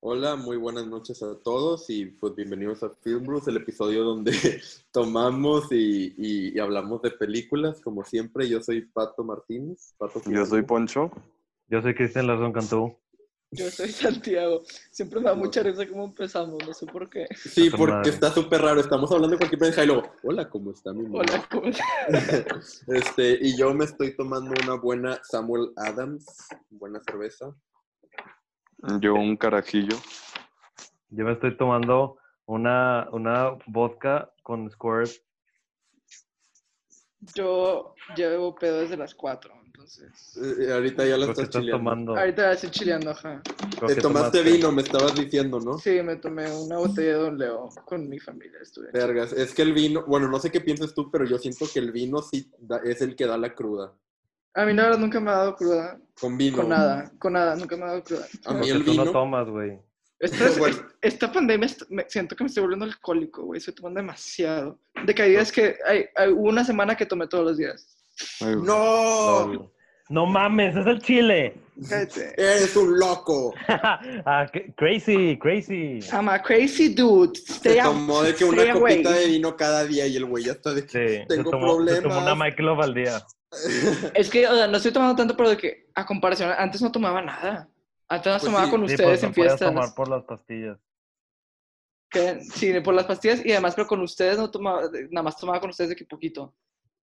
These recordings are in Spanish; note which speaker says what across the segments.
Speaker 1: Hola, muy buenas noches a todos y pues bienvenidos a Film Blues, el episodio donde tomamos y, y- y hablamos de películas. Como siempre, yo soy Pato Martínez. Pato
Speaker 2: Yo soy
Speaker 1: Martínez.
Speaker 2: Poncho.
Speaker 3: Yo soy Cristian Larzón Cantú.
Speaker 4: Yo soy Santiago. Siempre me da mucha risa cómo empezamos, no sé por qué.
Speaker 1: Sí,
Speaker 3: Pato
Speaker 1: porque
Speaker 3: madre.
Speaker 1: está súper raro. Estamos hablando de cualquier pendeja y luego, hola, ¿cómo está mi mamá?
Speaker 4: Hola, ¿cómo estás?
Speaker 1: Este, y yo me estoy tomando una buena Samuel Adams, buena cerveza.
Speaker 2: Yo un carajillo.
Speaker 3: Yo me estoy tomando una, una vodka con squirt.
Speaker 4: Yo llevo pedo desde las 4, entonces.
Speaker 1: Eh, ahorita ya la
Speaker 3: Lo que
Speaker 1: estás,
Speaker 3: estás
Speaker 1: chileando.
Speaker 3: tomando.
Speaker 4: Ahorita ya estoy chileando, ajá.
Speaker 3: Lo
Speaker 1: Te
Speaker 3: que
Speaker 1: tomaste vino, me estabas diciendo, ¿no?
Speaker 4: Sí, me tomé una botella de Don Leo con mi familia. Estuve
Speaker 1: Vergas, es que el vino, bueno, no sé qué piensas tú, pero yo siento que el vino sí da- es el que da la cruda.
Speaker 4: A mí la verdad nunca me ha dado cruda.
Speaker 1: Con vino.
Speaker 4: Con nada, con nada, nunca me ha dado cruda.
Speaker 1: A
Speaker 3: Lo
Speaker 1: mí
Speaker 3: que
Speaker 1: el
Speaker 3: tú
Speaker 1: vino.
Speaker 3: no tomas, güey.
Speaker 4: Esto es-
Speaker 1: Bueno.
Speaker 4: Esta pandemia, est- me siento que me estoy volviendo alcohólico, güey. Estoy tomando demasiado. De que hay días que... Hay, hay- hubo una semana que tomé todos los días.
Speaker 2: Ay, güey.
Speaker 1: ¡No!
Speaker 3: No, no mames, es el chile.
Speaker 4: Cállate.
Speaker 1: ¡Eres un loco!
Speaker 3: Ah, qué- crazy, crazy.
Speaker 4: I'm a crazy dude.
Speaker 1: Se
Speaker 4: Stay out-
Speaker 1: tomó de que
Speaker 4: stay
Speaker 1: una
Speaker 4: away.
Speaker 1: copita de vino cada día y el güey ya está de que
Speaker 3: Sí, se
Speaker 1: tengo
Speaker 3: tomó, se tomó una
Speaker 1: problemas.
Speaker 3: Michael Love al día.
Speaker 4: Es que, o sea, no estoy tomando tanto, pero de que, a comparación, antes no tomaba nada. Antes no
Speaker 1: Pues
Speaker 4: tomaba
Speaker 1: sí,
Speaker 4: con
Speaker 3: Sí,
Speaker 4: ustedes
Speaker 3: pues, no
Speaker 4: en
Speaker 3: podías
Speaker 4: fiestas.
Speaker 3: tomar por las pastillas.
Speaker 4: que- sí, por las pastillas y además, pero con ustedes no tomaba, nada más tomaba con ustedes de que poquito.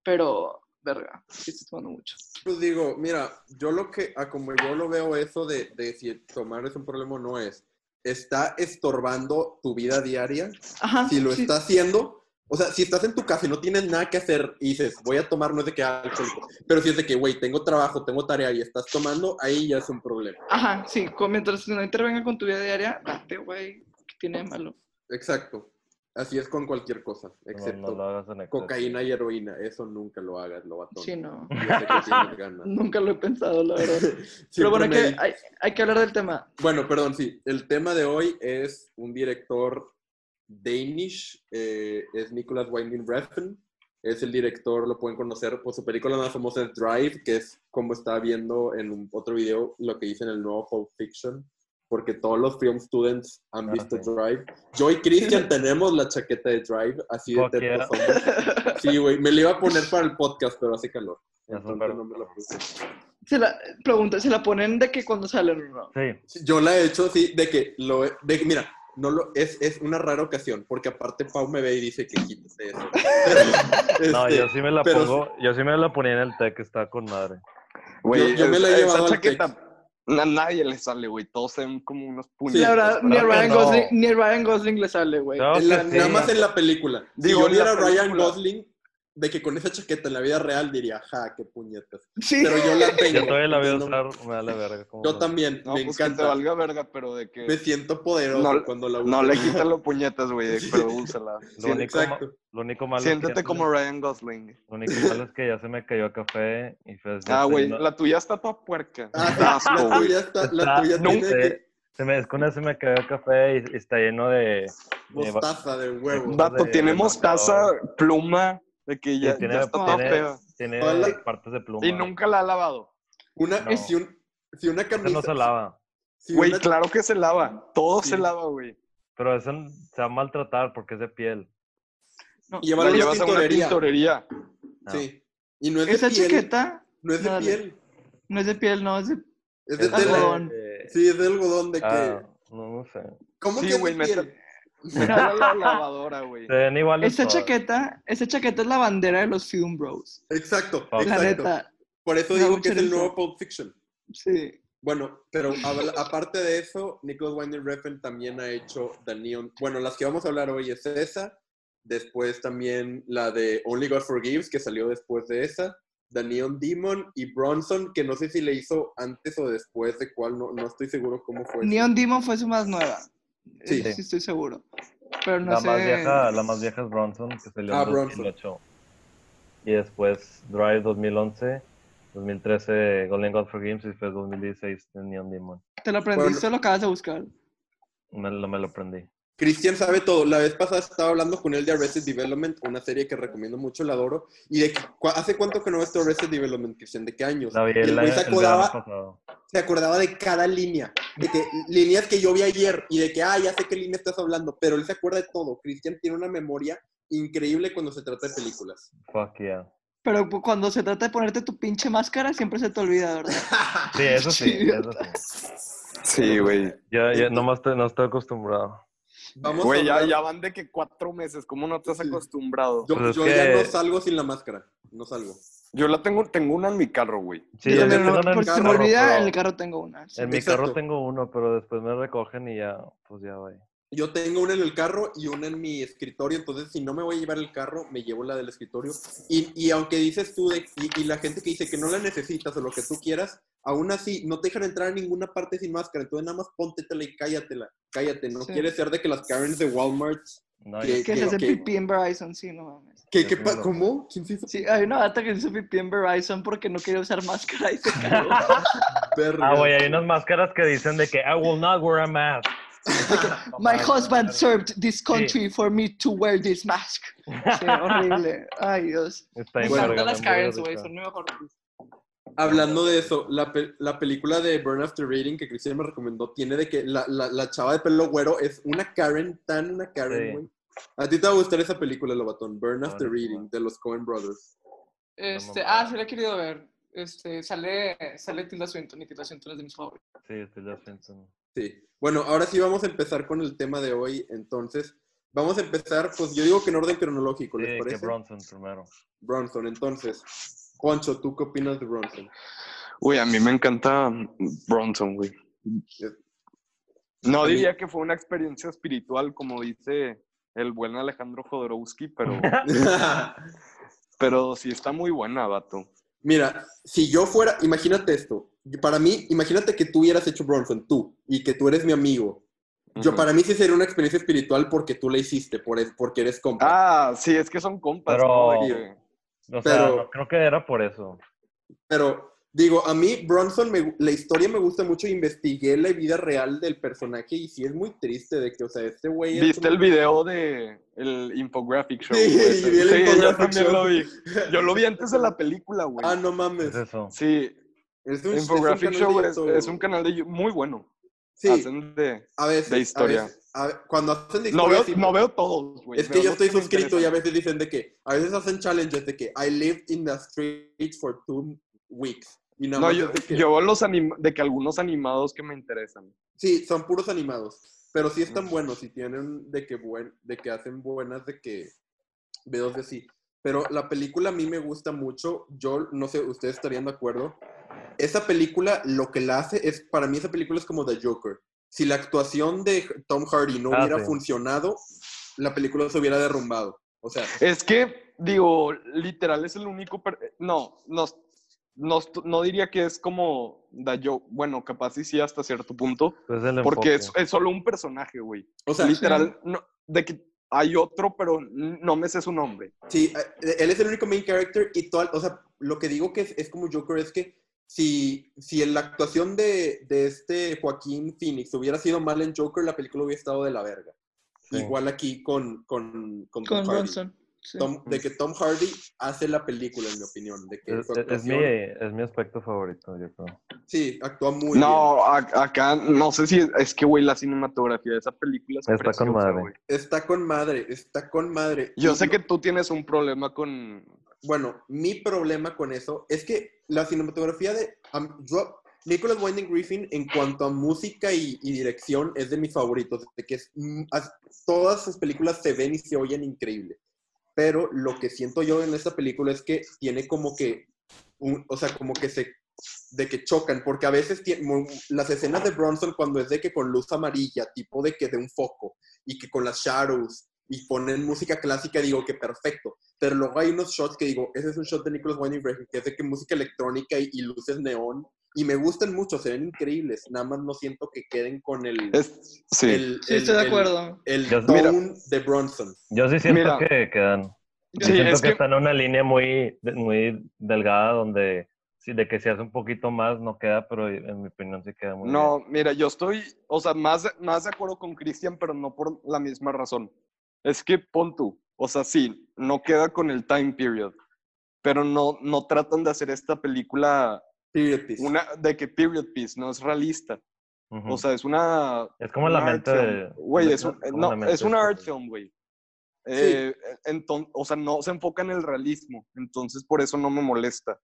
Speaker 4: Pero, verga, sí estoy tomando mucho.
Speaker 1: Pues digo, mira, yo lo que, a como yo lo veo eso de, de si tomar es un problema o no es, está estorbando tu vida diaria.
Speaker 4: Ajá.
Speaker 1: Si lo
Speaker 4: Ah, sí.
Speaker 1: está haciendo, o sea, si estás en tu casa y no tienes nada que hacer y dices, voy a tomar, no es de que "Ah, alcohólico, pero si es de que, güey, tengo trabajo, tengo tarea y estás tomando, ahí ya es un problema.
Speaker 4: Ajá, sí, con- mientras no intervenga con tu vida diaria, date, güey, que tiene de malo.
Speaker 1: Exacto. Así es con cualquier cosa,
Speaker 3: No,
Speaker 1: excepto
Speaker 3: no lo hagas en exceso.
Speaker 1: cocaína y heroína. Eso nunca lo hagas, lo va
Speaker 4: Sí, no.
Speaker 1: Bueno,
Speaker 4: Nunca lo he pensado, la verdad. Pero bueno, hay que, hay, hay que hablar del tema.
Speaker 1: Bueno, perdón, sí. El tema de hoy es un director danish, eh, es Nicolas Winding Refn. Es el director, lo pueden conocer por su película más famosa es Drive, que es como estaba viendo en un- otro video lo que hice en el nuevo Pulp Fiction, porque todos los film students han
Speaker 3: Ah,
Speaker 1: visto
Speaker 3: sí.
Speaker 1: Drive. Yo y Christian tenemos la chaqueta de Drive, así de
Speaker 3: Fuck
Speaker 1: tetos
Speaker 3: yeah.
Speaker 1: somos. Sí, güey, me la iba a poner para el podcast, pero hace calor.
Speaker 3: Ya
Speaker 1: Entonces
Speaker 3: súper.
Speaker 1: no me la puse.
Speaker 4: Se la pregunta, ¿se la ponen de que cuando salen o no?
Speaker 3: Sí,
Speaker 1: Sí, Yo la he hecho así, de que lo he- de que, mira, no lo, es, es una rara ocasión, porque aparte Pau me ve y dice que quítate eso. Pero,
Speaker 3: no,
Speaker 1: este,
Speaker 3: yo sí me la
Speaker 1: pero
Speaker 3: pongo, yo sí me la ponía en el tech, está con madre.
Speaker 2: Güey,
Speaker 1: yo me la he
Speaker 2: esa
Speaker 1: llevado al
Speaker 2: chaqueta, a nadie le sale, güey. Todos se ven como unos puños.
Speaker 1: Sí.
Speaker 4: Ni a, Ra- ni a
Speaker 3: claro que
Speaker 4: Ryan
Speaker 3: no.
Speaker 4: Gosling, ni a Ryan Gosling le sale, güey.
Speaker 3: No,
Speaker 1: en la-
Speaker 3: sí.
Speaker 1: nada más en la película.
Speaker 2: Digo,
Speaker 1: si yo
Speaker 2: en la
Speaker 1: viera a Ryan
Speaker 2: película.
Speaker 1: Gosling, de que con esa chaqueta en la vida real diría, ja, qué puñetas.
Speaker 4: Sí.
Speaker 1: Pero yo la tengo.
Speaker 3: Yo todavía la voy a
Speaker 1: entonces no-
Speaker 3: usar, me da la verga. como
Speaker 1: Yo
Speaker 3: no.
Speaker 1: también,
Speaker 2: No,
Speaker 1: me
Speaker 2: pues que te
Speaker 1: encanta.
Speaker 2: valga verga, pero de
Speaker 1: Me
Speaker 2: que
Speaker 1: siento poderoso
Speaker 2: No-
Speaker 1: cuando la uso.
Speaker 2: no le quita los puñetas, güey, de- pero úsala.
Speaker 1: Sí,
Speaker 3: Lo único, ma-
Speaker 1: exacto.
Speaker 3: lo único malo es que ya
Speaker 2: Siéntete
Speaker 3: se-
Speaker 2: como Ryan Gosling.
Speaker 3: Lo único malo es que ya se me cayó café y fue
Speaker 2: Ah, güey,
Speaker 3: no-
Speaker 2: la tuya está toda puerca.
Speaker 1: Ah, sí,
Speaker 2: Asco,
Speaker 1: la
Speaker 2: güey.
Speaker 1: tuya está, la tuya
Speaker 3: No,
Speaker 1: tiene
Speaker 3: eh,
Speaker 1: que-
Speaker 3: se me descone, se me cayó café y, y está lleno de... de ba-
Speaker 1: mostaza de huevo.
Speaker 3: Va-
Speaker 2: Vato,
Speaker 3: de-
Speaker 2: tiene
Speaker 3: de-
Speaker 2: mostaza, pluma, de que
Speaker 3: y
Speaker 2: ya,
Speaker 3: tiene
Speaker 2: ya está toda
Speaker 3: tiene-
Speaker 2: fea.
Speaker 3: tiene
Speaker 1: Hola.
Speaker 3: partes de pluma.
Speaker 2: Y nunca la ha lavado.
Speaker 1: Una,
Speaker 3: No.
Speaker 1: si, un- si una
Speaker 3: Ese
Speaker 1: camisa...
Speaker 3: no se lava.
Speaker 1: si
Speaker 2: Güey,
Speaker 1: una-
Speaker 2: claro que se lava. Todo
Speaker 1: Sí.
Speaker 2: se lava, güey.
Speaker 3: Pero eso n- se va a maltratar porque es de piel.
Speaker 4: No.
Speaker 1: Llévalo
Speaker 2: La
Speaker 1: a la
Speaker 2: llevas a una
Speaker 1: tintorería.
Speaker 2: tintorería.
Speaker 3: No.
Speaker 1: Sí. Y no es de
Speaker 4: Esa
Speaker 1: piel.
Speaker 4: chaqueta
Speaker 1: No es de
Speaker 4: Dale.
Speaker 1: piel.
Speaker 4: no es de piel, no, es de...
Speaker 1: Es de
Speaker 3: Es de-
Speaker 1: tela.
Speaker 4: algodón.
Speaker 3: de-
Speaker 1: Sí, es de algodón de que.
Speaker 3: eh, ah, no, no sé.
Speaker 1: ¿Cómo
Speaker 2: Sí,
Speaker 1: que es
Speaker 2: güey,
Speaker 1: de
Speaker 2: neta.
Speaker 1: piel?
Speaker 2: Métela a la lavadora, güey.
Speaker 3: Se ven iguales
Speaker 4: Esa
Speaker 3: todas.
Speaker 4: chaqueta, esa chaqueta es la bandera de los Film Bros.
Speaker 1: Exacto,
Speaker 3: Ah.
Speaker 4: La
Speaker 1: exacto.
Speaker 4: neta,
Speaker 1: Por eso
Speaker 4: Me da
Speaker 1: digo
Speaker 4: mucha
Speaker 1: que es el
Speaker 4: risa.
Speaker 1: nuevo Pulp Fiction.
Speaker 4: sí.
Speaker 1: Bueno, pero habla- aparte de eso, Nicholas Winding Refn también ha hecho The Neon. Bueno, las que vamos a hablar hoy es esa. Después también la de Only God Forgives, que salió después de esa. The Neon Demon y Bronson, que no sé si le hizo antes o después de cuál, no, no estoy seguro cómo fue.
Speaker 4: Neon Demon fue su más nueva.
Speaker 1: Pues Sí.
Speaker 4: Sí. sí estoy seguro. Pero no
Speaker 3: la,
Speaker 4: sé...
Speaker 3: más vieja, la más vieja es Bronson, que salió
Speaker 1: Ah,
Speaker 3: en
Speaker 1: Bronson.
Speaker 3: 2008. Y después Drive 2011, 2013 Golden God for Games y después 2016 Neon Demon.
Speaker 4: ¿Te lo aprendiste
Speaker 1: Bueno.
Speaker 4: o lo acabas de buscar?
Speaker 3: Me, lo- me lo aprendí.
Speaker 1: Cristian sabe todo. La vez pasada estaba hablando con él de Arrested Development, una serie que recomiendo mucho, la adoro. ¿Y de cu- hace cuánto que no ves tu Arrested Development, Cristian? ¿De qué años?
Speaker 3: La vi
Speaker 1: Y el
Speaker 3: el,
Speaker 1: güey
Speaker 3: el
Speaker 1: se
Speaker 3: verano
Speaker 1: acordaba,
Speaker 3: pasado.
Speaker 1: se acordaba de cada línea, de que líneas que yo vi ayer y de que, ah, ya sé qué línea estás hablando, pero él se acuerda de todo. Cristian tiene una memoria increíble cuando se trata de películas.
Speaker 3: Fuck yeah.
Speaker 4: Pero cu- cuando se trata de ponerte tu pinche máscara, siempre se te olvida, ¿verdad?
Speaker 3: Sí, eso sí, eso sí.
Speaker 2: Sí, güey.
Speaker 3: Yo, yo nomás estoy- no estoy acostumbrado.
Speaker 1: eh, Vamos a
Speaker 2: Güey, ya,
Speaker 1: hablar-
Speaker 2: ya van de que cuatro meses. ¿Cómo no te has
Speaker 1: Sí.
Speaker 2: acostumbrado?
Speaker 1: Yo,
Speaker 3: Pues es
Speaker 1: yo ya
Speaker 3: que-
Speaker 1: no salgo sin la máscara. No salgo.
Speaker 2: Yo la tengo, tengo una en mi carro, güey.
Speaker 3: Sí,
Speaker 4: Yo
Speaker 3: yo
Speaker 4: también
Speaker 3: tengo
Speaker 4: no-
Speaker 3: una en mi
Speaker 4: por si se me
Speaker 3: carro,
Speaker 4: olvida,
Speaker 3: pero-
Speaker 4: en el carro tengo una. sí.
Speaker 3: En mi
Speaker 1: Exacto.
Speaker 3: carro tengo uno, pero después me recogen y ya, pues ya, güey.
Speaker 1: Yo tengo una en el carro y una en mi escritorio, entonces si no me voy a llevar el carro, me llevo la del escritorio. Y, y aunque dices tú, de- y, y la gente que dice que no la necesitas o lo que tú quieras, aún así no te dejan entrar a ninguna parte sin máscara, entonces nada más póntetela y cállatela, cállate, no
Speaker 4: Sí.
Speaker 1: quieres ser de que las Karens de Walmart,
Speaker 3: No,
Speaker 1: ¿Qué?
Speaker 3: yo-
Speaker 4: Que se
Speaker 1: Ok,
Speaker 4: hace
Speaker 1: ok.
Speaker 4: pipí en Verizon, sí, no mames.
Speaker 1: que,
Speaker 3: Ya
Speaker 1: que pa-
Speaker 3: tengo.
Speaker 1: ¿cómo? ¿Quién se hizo?
Speaker 4: Sí, hay una gata que se hizo pipí en Verizon porque no quería usar máscara y se cagó.
Speaker 1: Verga.
Speaker 3: Ah, güey, hay unas máscaras que dicen de que I will not wear a mask.
Speaker 4: My husband served this country for me to wear this mask. Sí, horrible. Ay, Dios.
Speaker 3: Está
Speaker 1: Me
Speaker 3: bien,
Speaker 1: encantan
Speaker 3: verga,
Speaker 4: Pues las
Speaker 3: me muero de
Speaker 4: Karens, güey,
Speaker 3: risa.
Speaker 4: son mi mejor.
Speaker 1: Hablando de eso, la, pe- la película de Burn After Reading que Cristian me recomendó tiene de que la, la- la chava de pelo güero es una Karen, tan una Karen,
Speaker 3: Sí.
Speaker 1: güey. A ti te va a gustar esa película, Lobatón, Burn
Speaker 3: No,
Speaker 1: After
Speaker 3: no,
Speaker 1: Reading,
Speaker 3: no.
Speaker 1: de los Coen Brothers.
Speaker 4: Este,
Speaker 3: mamada.
Speaker 4: ah, sí la he querido ver. Este, sale, sale Tilda Swinton y Tilda Swinton es de mis favoritos.
Speaker 3: Sí, Tilda Swinton.
Speaker 1: Sí. Bueno, ahora sí vamos a empezar con el tema de hoy, entonces. Vamos a empezar, pues yo digo que en orden cronológico,
Speaker 3: Sí,
Speaker 1: ¿les
Speaker 3: que
Speaker 1: parece?
Speaker 3: Bronson primero.
Speaker 1: Bronson, entonces. Juancho, ¿tú qué opinas de Bronson?
Speaker 2: Güey, a mí me encanta Bronson, güey. No diría que fue una experiencia espiritual, como dice el buen Alejandro Jodorowsky, pero, pero sí está muy buena, vato.
Speaker 1: Mira, si yo fuera, imagínate esto. Yo- Para mí, imagínate que tú hubieras hecho Bronson, tú, y que tú eres mi amigo. Yo
Speaker 2: Ujú.
Speaker 1: para mí sí sería una experiencia espiritual porque tú la hiciste, por es- porque eres compa.
Speaker 2: Ah, sí, es que son compas,
Speaker 3: Pero-
Speaker 2: ¿no? De que-
Speaker 3: O sea,
Speaker 1: Pero-
Speaker 3: no, creo que era por eso.
Speaker 1: Pero digo, a mí Bronson, me gu- la historia me gusta mucho, investigué la vida real del personaje y sí es muy triste de que, o sea, este güey... es
Speaker 2: ¿Viste
Speaker 1: un-
Speaker 2: el video de el infographic show?
Speaker 1: Sí,
Speaker 2: güey?
Speaker 1: y vi el
Speaker 2: yo
Speaker 1: infographic
Speaker 2: también
Speaker 1: show.
Speaker 2: lo vi. Yo lo vi antes de la película, güey.
Speaker 1: Ah, no mames.
Speaker 2: Pues,
Speaker 3: Es eso.
Speaker 2: Sí,
Speaker 1: Es un, es un
Speaker 2: infographic
Speaker 1: canal
Speaker 2: show
Speaker 1: de
Speaker 2: es,
Speaker 1: YouTube.
Speaker 2: es un canal de YouTube muy bueno.
Speaker 1: Sí,
Speaker 2: Hacen de...
Speaker 1: a veces.
Speaker 2: de historia.
Speaker 1: a veces. A ve- cuando hacen de
Speaker 2: No
Speaker 1: historia...
Speaker 2: veo,
Speaker 1: sí-
Speaker 2: no veo todos, güey.
Speaker 1: Es que
Speaker 2: Veo
Speaker 1: yo
Speaker 2: los
Speaker 1: estoy
Speaker 2: me
Speaker 1: suscrito y a
Speaker 2: interesan.
Speaker 1: veces dicen de que... A veces hacen challenges de que I lived in the street for two weeks. Y nada
Speaker 2: No,
Speaker 1: más
Speaker 2: yo,
Speaker 1: es de que-
Speaker 2: yo veo los anim- de que algunos animados que me interesan.
Speaker 1: Sí, son puros animados. Pero sí están buenos y tienen de que buen, de que hacen buenas de que videos de sí. Pero la película a mí me gusta mucho. Yo no sé, ustedes estarían de acuerdo. Esa película lo que la hace es, para mí esa película es como The Joker. Si la actuación de Tom Hardy no
Speaker 3: Ah,
Speaker 1: hubiera
Speaker 3: sí.
Speaker 1: funcionado, la película se hubiera derrumbado. O sea,
Speaker 2: Es que, digo, literal es el único. per- No, no, no, est- no diría que es como da yo. Bueno, capaz y sí, hasta cierto punto.
Speaker 3: Pues el enfoque.
Speaker 2: Porque es, es solo un personaje, güey.
Speaker 1: o sea,
Speaker 2: literal, no- de que hay otro, pero no me sé su nombre.
Speaker 1: Sí, eh, él es el único main character y todo, o sea, lo que digo que es, es como Joker es que si, si en la actuación de, de este Joaquín Phoenix hubiera sido mal en Joker, la película hubiera estado de la verga.
Speaker 3: Sí.
Speaker 1: Igual aquí con, con, con Tom
Speaker 4: Con
Speaker 1: Hardy.
Speaker 4: Bronson. sí.
Speaker 1: Tom- de que Tom Hardy hace la película, en mi opinión. De que
Speaker 3: Es-
Speaker 1: su
Speaker 3: es- es mi,
Speaker 1: actuación,
Speaker 3: es mi aspecto favorito, yo creo.
Speaker 1: Sí, actúa muy
Speaker 2: no, a- acá no sé si es, es que, güey, la cinematografía de esa película es
Speaker 3: Está con
Speaker 2: preciosa,
Speaker 3: madre.
Speaker 2: güey.
Speaker 1: bien. Está con madre, está con madre.
Speaker 2: Yo
Speaker 1: Y
Speaker 2: sé
Speaker 1: no-
Speaker 2: que tú tienes un problema con.
Speaker 1: Bueno, mi problema con eso es que la cinematografía de am- yo- Nicholas Winding Griffin en cuanto a música y, y dirección es de mis favoritos, de que es, mm, as- todas sus películas se ven y se oyen increíble. Pero lo que siento yo en esta película es que tiene como que, un- o sea, como que se, de que chocan, porque a veces tie- mu- las escenas de Bronson cuando es de que con luz amarilla, tipo de que de un foco, y que con las shadows, y ponen música clásica, digo que perfecto pero luego hay unos shots que digo, ese es un shot de Nicholas Winding Refn, que es de que música electrónica y, y luces neón, y me gustan mucho, se ven increíbles, nada más no siento que queden con el...
Speaker 2: Es, sí.
Speaker 1: el-
Speaker 4: Sí,
Speaker 1: el-
Speaker 4: estoy de
Speaker 1: el-
Speaker 4: acuerdo.
Speaker 1: El,
Speaker 3: Yo-
Speaker 1: tone
Speaker 2: mira.
Speaker 1: de Bronson.
Speaker 3: Yo sí siento
Speaker 2: Mira.
Speaker 3: que quedan.
Speaker 2: Sí,
Speaker 3: siento
Speaker 2: es
Speaker 3: que,
Speaker 2: que-
Speaker 3: está en una línea muy, muy delgada donde sí, de que si hace un poquito más no queda, pero en mi opinión sí queda muy
Speaker 2: no,
Speaker 3: bien.
Speaker 2: mira, yo estoy, o sea, más, más de acuerdo con Cristian, pero no por la misma razón. Es que pon tú, o sea, sí, no queda con el time period, pero no, no tratan de hacer esta película
Speaker 1: Period piece.
Speaker 2: una de que period piece, no es realista.
Speaker 3: Ujú.
Speaker 2: O sea, es una
Speaker 3: es como la
Speaker 2: un art
Speaker 3: mente de...
Speaker 2: film. Güey, es, un-
Speaker 3: como la
Speaker 2: no,
Speaker 3: mente
Speaker 2: es
Speaker 3: de-
Speaker 2: una art film, güey. Eh, enton- o sea, no se enfoca en el realismo, entonces por eso no me molesta.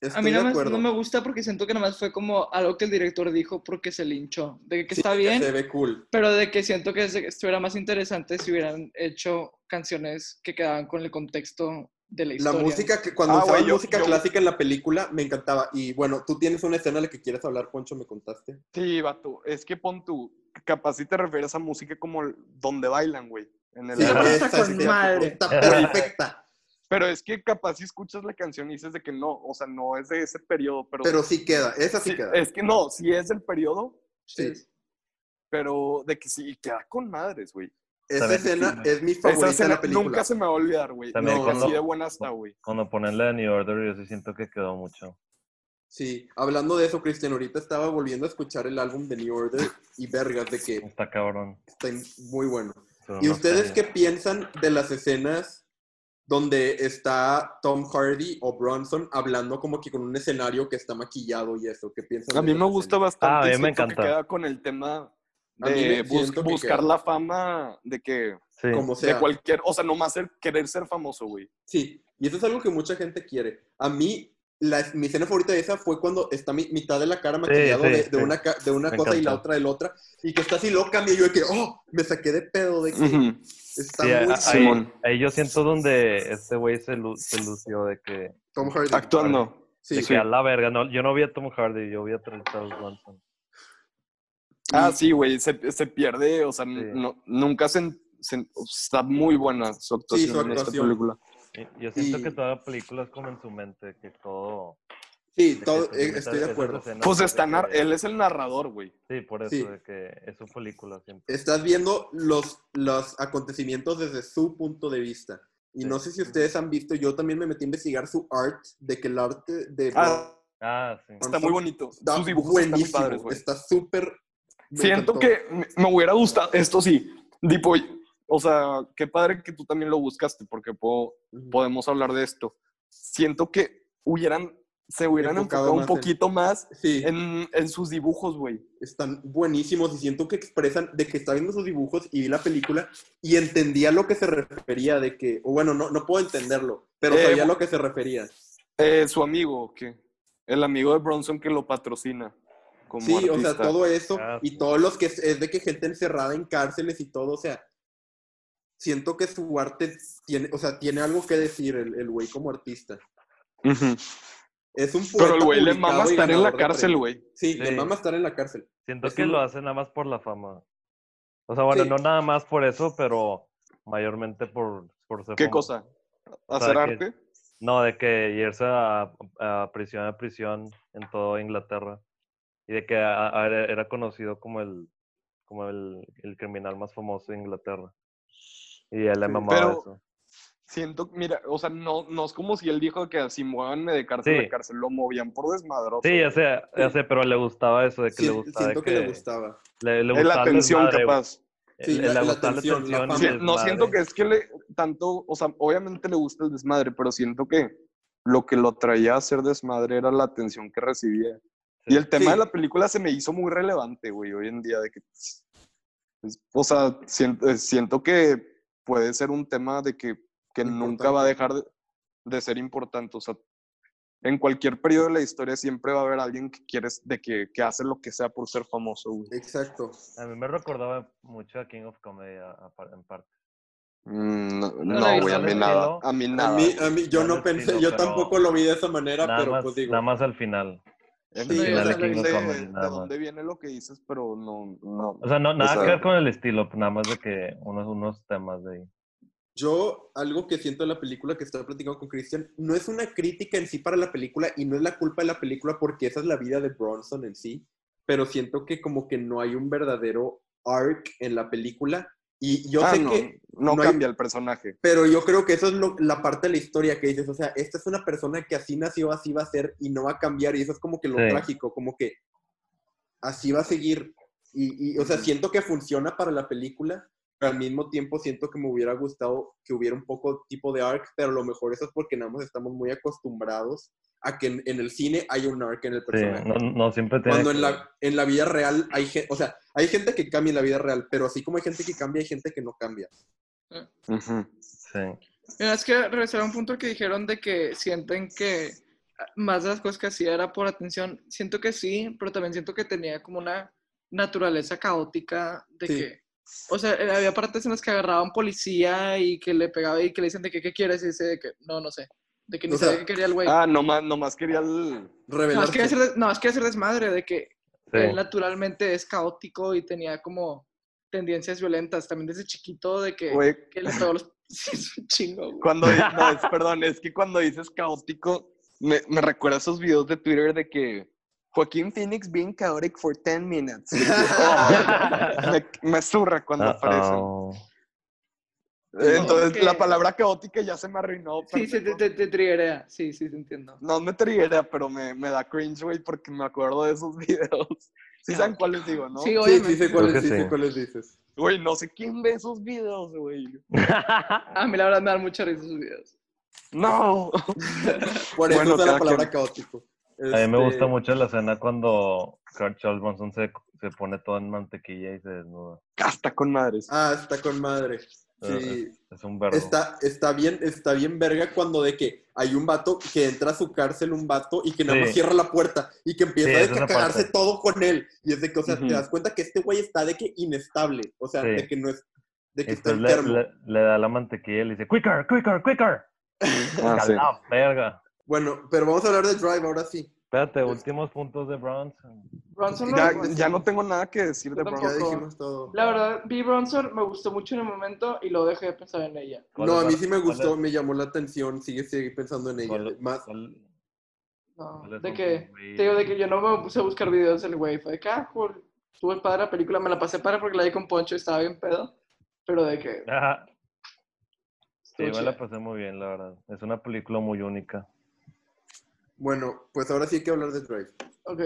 Speaker 1: Estoy
Speaker 4: A mí no
Speaker 1: de
Speaker 4: me,
Speaker 1: acuerdo.
Speaker 4: no me gusta porque siento que nomás fue como algo que el director dijo porque se linchó. De que
Speaker 1: Sí,
Speaker 4: está
Speaker 1: que
Speaker 4: bien,
Speaker 1: Se ve cool.
Speaker 4: pero de que siento que se- estuviera más interesante si hubieran hecho canciones que quedaban con el contexto de la
Speaker 1: La
Speaker 4: historia.
Speaker 1: música, que, cuando
Speaker 2: Ah,
Speaker 1: usaban
Speaker 2: güey, yo-
Speaker 1: música
Speaker 2: yo-
Speaker 1: clásica en la película, me encantaba. Y bueno, tú tienes una escena de la que quieres hablar, Poncho, me contaste.
Speaker 2: Sí, vato, es que pon tú, capaz si te refieres a música como el- donde bailan, güey. En el
Speaker 1: Sí,
Speaker 4: pero
Speaker 2: Ajá.
Speaker 4: está
Speaker 1: esa
Speaker 4: con
Speaker 1: escena
Speaker 4: madre.
Speaker 1: Está perfecta.
Speaker 2: Pero es que capaz si escuchas la canción y dices de que no, o sea, no es de ese periodo, pero,
Speaker 1: Pero sí queda, esa sí,
Speaker 2: sí,
Speaker 1: queda.
Speaker 2: es que no, sí es del periodo,
Speaker 1: Sí.
Speaker 2: pero de que sí queda con madres, güey.
Speaker 1: Esa
Speaker 3: También-
Speaker 1: escena es mi
Speaker 2: Esa
Speaker 1: favorita de
Speaker 2: escena
Speaker 1: la película.
Speaker 2: nunca se me va a olvidar, güey.
Speaker 3: También
Speaker 2: No,
Speaker 1: cuando-
Speaker 2: así de buena está, güey.
Speaker 3: Cuando ponen la de New Order, yo sí siento que quedó mucho.
Speaker 1: Sí, hablando de eso, Cristian, ahorita estaba volviendo a escuchar el álbum de New Order y vergas de que
Speaker 3: Está cabrón.
Speaker 1: está muy bueno.
Speaker 3: pero
Speaker 1: ¿Y
Speaker 3: no
Speaker 1: ustedes
Speaker 3: sé.
Speaker 1: qué piensan de las escenas donde está Tom Hardy o Bronson hablando como que con un escenario que está maquillado y eso? ¿Qué piensan?
Speaker 2: A
Speaker 1: de
Speaker 2: mí
Speaker 1: esas
Speaker 2: me gusta
Speaker 1: escenas?
Speaker 2: bastante.
Speaker 3: Ah, a mí
Speaker 2: y
Speaker 3: me
Speaker 2: siento
Speaker 3: encanta.
Speaker 2: Que queda con el tema
Speaker 1: A mí me
Speaker 2: de bus-
Speaker 1: siento que
Speaker 2: buscar
Speaker 1: queda.
Speaker 2: la fama de que
Speaker 3: Sí.
Speaker 1: Como sea.
Speaker 2: de cualquier, o sea, nomás el querer ser famoso, güey.
Speaker 1: Sí, y eso es algo que mucha gente quiere. A mí, la, mi escena favorita de esa fue cuando está mi, mitad de la cara maquillado
Speaker 3: sí,
Speaker 1: de, de
Speaker 3: sí.
Speaker 1: una, ca- de una
Speaker 3: Me
Speaker 1: cosa y la
Speaker 3: encanta.
Speaker 1: otra de la otra, y que está así loca, y yo de que, oh, me saqué de pedo, de que está
Speaker 3: Sí,
Speaker 1: muy
Speaker 3: ahí-
Speaker 1: Simón,
Speaker 2: Simón.
Speaker 3: Ahí yo siento donde este güey se, lu- se lució de que,
Speaker 1: Tom Hardy.
Speaker 2: Actuando.
Speaker 1: Sí,
Speaker 3: de que a la verga. No, yo no vi a Tom Hardy, yo vi a Charles Bronson.
Speaker 2: Ah, sí, güey, se, se pierde, o sea, no, nunca se, se- está muy buena su actuación, en esta
Speaker 1: actuación.
Speaker 2: película.
Speaker 3: Y- Yo siento
Speaker 1: Y-
Speaker 3: que toda la película es como en su mente, que todo...
Speaker 1: sí,
Speaker 3: de que
Speaker 1: todo,
Speaker 3: se
Speaker 1: eh,
Speaker 3: meta
Speaker 1: estoy de
Speaker 3: esas
Speaker 1: acuerdo.
Speaker 3: escenas
Speaker 2: Pues
Speaker 3: de
Speaker 2: está, nar-
Speaker 3: que-
Speaker 2: él es el narrador, güey.
Speaker 3: Sí, por eso,
Speaker 1: Sí.
Speaker 3: de que es su película siempre.
Speaker 1: Estás viendo los, los acontecimientos desde su punto de vista. Y
Speaker 3: Sí.
Speaker 1: no sé si ustedes han visto, yo también me metí a investigar su art, de que el arte de...
Speaker 2: Ah,
Speaker 3: Ah, sí.
Speaker 2: está muy bonito.
Speaker 1: está
Speaker 2: Sus dibujos están muy
Speaker 1: buenísimo,
Speaker 2: padres, güey.
Speaker 1: está súper... me
Speaker 2: Siento
Speaker 1: encantó.
Speaker 2: que me- me hubiera gustado, esto sí, tipo, o sea, qué padre que tú también lo buscaste, porque puedo,
Speaker 1: Ujú.
Speaker 2: podemos hablar de esto. Siento que hubieran, se hubieran
Speaker 1: Enfocado
Speaker 2: enfocado
Speaker 1: más
Speaker 2: un
Speaker 1: en-
Speaker 2: poquito más
Speaker 1: Sí,
Speaker 2: en, en sus dibujos, güey.
Speaker 1: están buenísimos y siento que expresan de que está viendo sus dibujos y vi la película y entendía lo que se refería, de que, o bueno, no, no puedo entenderlo, pero
Speaker 2: Eh,
Speaker 1: sabía lo que se refería.
Speaker 2: Eh, su amigo, que el amigo de Bronson que lo patrocina. Como
Speaker 1: Sí, o
Speaker 2: artista.
Speaker 1: sea, todo eso
Speaker 3: Ah,
Speaker 1: y
Speaker 3: sí.
Speaker 1: todos los que es, es de que gente encerrada en cárceles y todo, o sea, siento que su arte tiene, o sea, tiene algo que decir el el güey como artista.
Speaker 2: Ujú.
Speaker 1: Es un poeta
Speaker 2: Pero el güey le
Speaker 1: publicado
Speaker 2: mama
Speaker 1: y
Speaker 2: estar en
Speaker 1: ganador
Speaker 2: la
Speaker 1: de
Speaker 2: cárcel,
Speaker 1: premios.
Speaker 2: güey.
Speaker 1: Sí, le
Speaker 3: Sí.
Speaker 1: mama estar en la cárcel.
Speaker 3: Siento
Speaker 1: es
Speaker 3: que
Speaker 1: un-
Speaker 3: lo hace nada más por la fama. O sea, bueno,
Speaker 1: Sí.
Speaker 3: no nada más por eso, pero mayormente por, por ser
Speaker 2: ¿Qué
Speaker 3: famoso.
Speaker 2: cosa?
Speaker 3: sea,
Speaker 2: ¿Hacer
Speaker 3: que-
Speaker 2: arte?
Speaker 3: No, de que irse a, a prisión a prisión en toda Inglaterra. Y de que a- a- era era conocido como el como el, el criminal más famoso de Inglaterra. Y él le
Speaker 1: Sí.
Speaker 3: mamaba
Speaker 2: Pero-
Speaker 3: eso.
Speaker 2: Siento, mira, o sea, no, no es como si él dijo que así muévanme de cárcel
Speaker 3: Sí.
Speaker 2: a cárcel, lo movían por desmadroso.
Speaker 3: Sí, ya sé, ya
Speaker 1: Sí.
Speaker 3: sé, pero le gustaba eso, de que le
Speaker 1: Sien-
Speaker 3: gustaba.
Speaker 1: siento
Speaker 3: de
Speaker 1: que
Speaker 3: que
Speaker 1: le eh, gustaba.
Speaker 3: le- le
Speaker 2: es la
Speaker 3: gustaba el
Speaker 2: atención,
Speaker 3: desmadre, güey.
Speaker 2: capaz.
Speaker 1: Sí,
Speaker 3: Le-
Speaker 1: la-
Speaker 3: le
Speaker 1: la
Speaker 3: gustaba la
Speaker 1: atención, la
Speaker 3: atención,
Speaker 1: fama.
Speaker 2: Sí,
Speaker 3: el
Speaker 2: no siento
Speaker 3: desmadre.
Speaker 2: que es que le tanto, o sea, obviamente le gusta el desmadre, pero siento que lo que lo traía a hacer desmadre era la atención que recibía.
Speaker 3: Sí.
Speaker 2: Y el tema
Speaker 1: Sí.
Speaker 2: de la película se me hizo muy relevante, güey, hoy en día, de que, pues, o sea, siento, siento que puede ser un tema de que, que nunca va a dejar de, de ser importante, o sea, en cualquier periodo de la historia siempre va a haber alguien que quieres, de que, que hace lo que sea por ser famoso, güey.
Speaker 1: Exacto.
Speaker 3: A mí me recordaba mucho a King of Comedy a- a par- en parte.
Speaker 2: Mm, No,
Speaker 4: No
Speaker 2: no,
Speaker 4: la he
Speaker 2: güey, a mí
Speaker 3: visto.
Speaker 2: nada, a mí
Speaker 1: A
Speaker 2: nada.
Speaker 1: mí, a mí, yo
Speaker 3: No
Speaker 1: no
Speaker 3: lo
Speaker 1: pensé,
Speaker 3: estilo,
Speaker 1: yo
Speaker 3: pero-
Speaker 1: tampoco lo vi de esa manera,
Speaker 3: Nada,
Speaker 1: pero
Speaker 3: más,
Speaker 1: pues digo.
Speaker 3: nada más al final.
Speaker 2: En
Speaker 1: Sí,
Speaker 2: fin,
Speaker 1: o
Speaker 2: o
Speaker 1: sea,
Speaker 2: sea,
Speaker 1: King
Speaker 2: no
Speaker 1: of
Speaker 2: sé
Speaker 3: Comedy,
Speaker 2: de
Speaker 3: nada
Speaker 2: dónde viene lo que dices, pero no, no.
Speaker 3: O sea, no, nada
Speaker 2: sea-
Speaker 3: que ver con el estilo, nada más de que unos, unos temas de ahí.
Speaker 1: Yo, algo que siento de la película que estaba platicando con Christian, no es una crítica en sí para la película y no es la culpa de la película porque esa es la vida de Bronson en sí, pero siento que como que no hay un verdadero arc en la película Y yo
Speaker 2: Ah,
Speaker 1: sé
Speaker 2: no,
Speaker 1: que
Speaker 2: no,
Speaker 1: no hay-
Speaker 2: cambia el personaje.
Speaker 1: Pero yo creo que eso es lo- la parte de la historia que dices, o sea, esta es una persona que así nació, así va a ser y no va a cambiar y eso es como que lo
Speaker 3: Sí.
Speaker 1: trágico, como que así va a seguir. Y, y, o sea, siento que funciona para la película, pero al mismo tiempo siento que me hubiera gustado que hubiera un poco tipo de arc, pero a lo mejor eso es porque nada más estamos muy acostumbrados a que en, en el cine hay un arc en el
Speaker 3: Sí,
Speaker 1: personaje.
Speaker 3: no, no siempre tiene.
Speaker 1: Cuando en
Speaker 3: que-
Speaker 1: la, en la vida real hay gente, o sea, hay gente que cambia en la vida real, pero así como hay gente que cambia, hay gente que no cambia.
Speaker 2: Ujú.
Speaker 3: Sí.
Speaker 4: Mira, Eh, es que regresar a un punto que dijeron de que sienten que ah, más de las cosas que hacía era por atención. Siento que sí, pero también siento que tenía como una naturaleza caótica de
Speaker 1: Sí.
Speaker 4: que, o sea, eh, había partes en las que agarraban policía y que le pegaba y que le dicen de que, ¿qué quieres? Y dice de que, no, no sé. De que ni
Speaker 1: O sea,
Speaker 4: sabía qué quería el güey.
Speaker 2: Ah, nomás, nomás quería el...
Speaker 4: no, es
Speaker 1: Revelarse.
Speaker 4: que hacer, des- no, es que hacer desmadre, de que él
Speaker 3: Sí.
Speaker 4: naturalmente es caótico y tenía como tendencias violentas. También desde chiquito de que,
Speaker 2: Güey,
Speaker 4: que le pegó los... Sí, es un chingo, güey.
Speaker 2: Cuando, di- no, es- perdón, es que cuando dices caótico, me, me recuerda a esos videos de Twitter de que Joaquín Phoenix being chaotic for 10 minutes. Oh, me, me zurra cuando
Speaker 3: Ah,
Speaker 2: aparecen.
Speaker 3: Uh-oh.
Speaker 2: Entonces,
Speaker 4: No, es que-
Speaker 2: la palabra caótica ya se me arruinó.
Speaker 4: Sí, sí, te,
Speaker 2: pendejo.
Speaker 4: te, te triggerea. Sí, sí, te entiendo.
Speaker 2: No me triguea, pero me, me da cringe, güey, porque me acuerdo de esos videos. ¿Sí saben cuáles digo, no?
Speaker 4: Sí,
Speaker 1: Sí,
Speaker 4: obviamente.
Speaker 1: sí sé cuáles,
Speaker 3: Creo que
Speaker 1: sí sé
Speaker 3: sí.
Speaker 1: cuáles dices.
Speaker 2: Güey, no sé quién ve esos videos, güey.
Speaker 4: A mí la verdad Ah, me dan mucha risa sus videos.
Speaker 2: No.
Speaker 1: Por eso
Speaker 2: Bueno,
Speaker 1: usa la
Speaker 2: cada
Speaker 1: palabra
Speaker 2: quien.
Speaker 1: caótico.
Speaker 3: A mí me gusta
Speaker 1: Este,
Speaker 3: mucho la escena cuando Carl Charles Bronson se, se pone todo en mantequilla y se desnuda.
Speaker 2: Hasta con madres.
Speaker 1: Ah, está con madre.
Speaker 3: Eh,
Speaker 1: Sí.
Speaker 3: Es un verbo.
Speaker 1: Está, está bien, está bien verga cuando de que hay un vato que entra a su cárcel un vato y que nada más
Speaker 3: Sí.
Speaker 1: cierra la puerta y que empieza
Speaker 3: Sí,
Speaker 1: de
Speaker 3: esa es
Speaker 1: que a
Speaker 3: la
Speaker 1: cagarse
Speaker 3: parte.
Speaker 1: todo con él. Y es de que, o sea,
Speaker 2: Ujú.
Speaker 1: te das cuenta que este güey está de que inestable. O sea,
Speaker 3: Sí.
Speaker 1: de que no es, de que está
Speaker 3: Entonces le,
Speaker 1: enfermo.
Speaker 3: le- le da la mantequilla y le dice, quicker, quicker, quicker.
Speaker 2: Ah,
Speaker 3: A
Speaker 2: sí.
Speaker 3: la verga.
Speaker 1: Bueno, pero vamos a hablar de Drive ahora sí.
Speaker 3: Espérate,
Speaker 1: Es-
Speaker 3: últimos puntos de Bronson.
Speaker 4: Bronson lo-
Speaker 2: Ya,
Speaker 4: Bronson.
Speaker 2: ya no tengo nada que decir de
Speaker 4: Yo
Speaker 1: Ya
Speaker 2: Bronson.
Speaker 4: tampoco.
Speaker 1: dijimos todo.
Speaker 4: La verdad, vi Bronson, me gustó mucho en el momento y lo dejé de pensar en ella.
Speaker 3: ¿Cuál
Speaker 1: No,
Speaker 3: es
Speaker 1: a mí
Speaker 3: la-
Speaker 1: sí me
Speaker 3: cuál
Speaker 1: gustó,
Speaker 3: es-
Speaker 1: me llamó la atención, sigue, sigue pensando en ella.
Speaker 3: cuál-
Speaker 1: Más,
Speaker 3: cuál-
Speaker 4: No,
Speaker 3: ¿Cuáles
Speaker 4: de
Speaker 3: son
Speaker 4: que,
Speaker 3: tus reels?
Speaker 4: te digo, de que yo no me puse a buscar videos del güey. Fue de que, ah, cool. Estuvo padre la película, me la pasé padre porque la di con Poncho y estaba bien pedo. Pero de que,
Speaker 3: Ajá. Sí,
Speaker 4: estuvo
Speaker 3: me
Speaker 4: chida.
Speaker 3: la pasé muy bien, la verdad. Es una película muy única.
Speaker 1: bueno, pues ahora sí hay que hablar de Drive.
Speaker 4: Ok,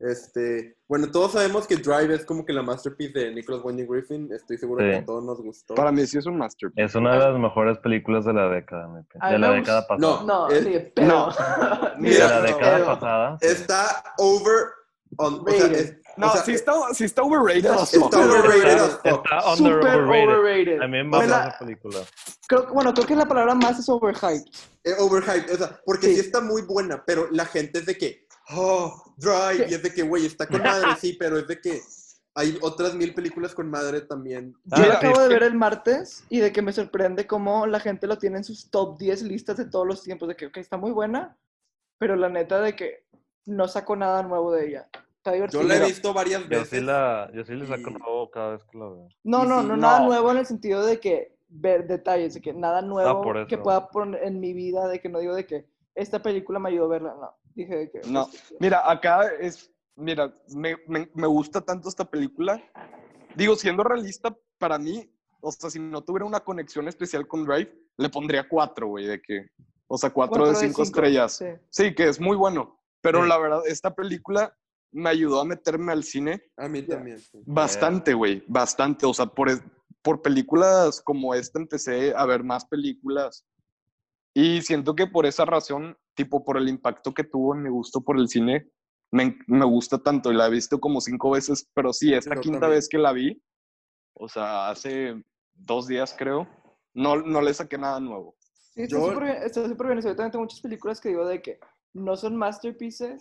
Speaker 1: Este, bueno, todos sabemos que Drive es como que la masterpiece de Nicholas Winding Griffin. Estoy seguro
Speaker 3: Sí.
Speaker 1: que a todos nos gustó.
Speaker 2: Para mí sí es un masterpiece.
Speaker 3: Es una de
Speaker 1: Ah.
Speaker 3: las mejores películas de la década, mi pe-
Speaker 4: A
Speaker 3: De
Speaker 4: mí
Speaker 3: la
Speaker 4: me
Speaker 3: década
Speaker 4: gust-
Speaker 3: pasada.
Speaker 4: no,
Speaker 1: Es-
Speaker 4: ni de pedo. Ni
Speaker 3: de
Speaker 1: mira, eh,
Speaker 3: la
Speaker 1: no.
Speaker 3: década
Speaker 4: pedo.
Speaker 3: pasada. sí.
Speaker 1: Está over on, o sea,
Speaker 4: Rated.
Speaker 1: es-
Speaker 2: No,
Speaker 1: o sea,
Speaker 2: sí está, sí está overrated. as fuck.
Speaker 1: está overrated as fuck.
Speaker 3: Está
Speaker 4: Super
Speaker 3: underrated.
Speaker 4: overrated.
Speaker 3: A mí me
Speaker 4: Me
Speaker 3: pasa
Speaker 4: la-
Speaker 3: esa película.
Speaker 4: creo, que- bueno, creo que la palabra más es overhyped.
Speaker 1: Eh, overhyped, o sea, porque sí.
Speaker 4: Sí.
Speaker 1: está muy buena, pero la gente es de que, oh, Drive, y es de que, güey, está con madre, sí, pero es de que hay otras mil películas con madre también.
Speaker 4: Yo lo
Speaker 3: Ah, sí.
Speaker 4: acabo de ver el martes y de que me sorprende cómo la gente lo tiene en sus top 10 listas de todos los tiempos, de que ok, está muy buena, pero la neta de que no saco nada nuevo de ella. Está
Speaker 1: Yo
Speaker 4: divertida.
Speaker 1: la he visto varias
Speaker 3: Yo
Speaker 1: veces.
Speaker 3: sí, la, yo sí le saco
Speaker 1: Y-
Speaker 3: nuevo cada vez que la veo.
Speaker 4: No,
Speaker 1: y
Speaker 4: no,
Speaker 1: sí,
Speaker 4: no, nada
Speaker 2: no.
Speaker 4: nuevo en el sentido de que ver detalles, de que nada nuevo
Speaker 3: Ah, por
Speaker 4: que
Speaker 3: eso.
Speaker 4: pueda poner en mi vida, de que no digo de que esta película me ayudó a verla, no. Dije de que... pues,
Speaker 2: No. Mira, acá es. Mira, me, me- me gusta tanto esta película. Digo, siendo realista, para mí, o sea, si no tuviera una conexión especial con Drive, le pondría cuatro, güey, de que. O sea, cuatro,
Speaker 4: Cuatro
Speaker 2: de cinco, estrellas.
Speaker 4: sí.
Speaker 2: Sí, que es muy bueno. Pero
Speaker 3: Sí.
Speaker 2: la verdad, esta película me ayudó a meterme al cine
Speaker 1: A mí
Speaker 4: Ya.
Speaker 1: también. sí.
Speaker 2: Bastante, güey, bastante. O sea, por, es- por películas como esta empecé a ver más películas. Y siento que por esa razón, tipo por el impacto que tuvo en mi gusto por el cine, me, en- me gusta tanto y la he visto como cinco veces, pero sí, esta
Speaker 1: Yo
Speaker 2: quinta
Speaker 1: también.
Speaker 2: vez que la vi, o sea, hace dos días creo, no, no le saqué nada nuevo.
Speaker 4: Sí, está
Speaker 1: Yo-
Speaker 4: súper bien, está súper bien. y sobre todo tengo muchas películas que digo de que no son masterpieces,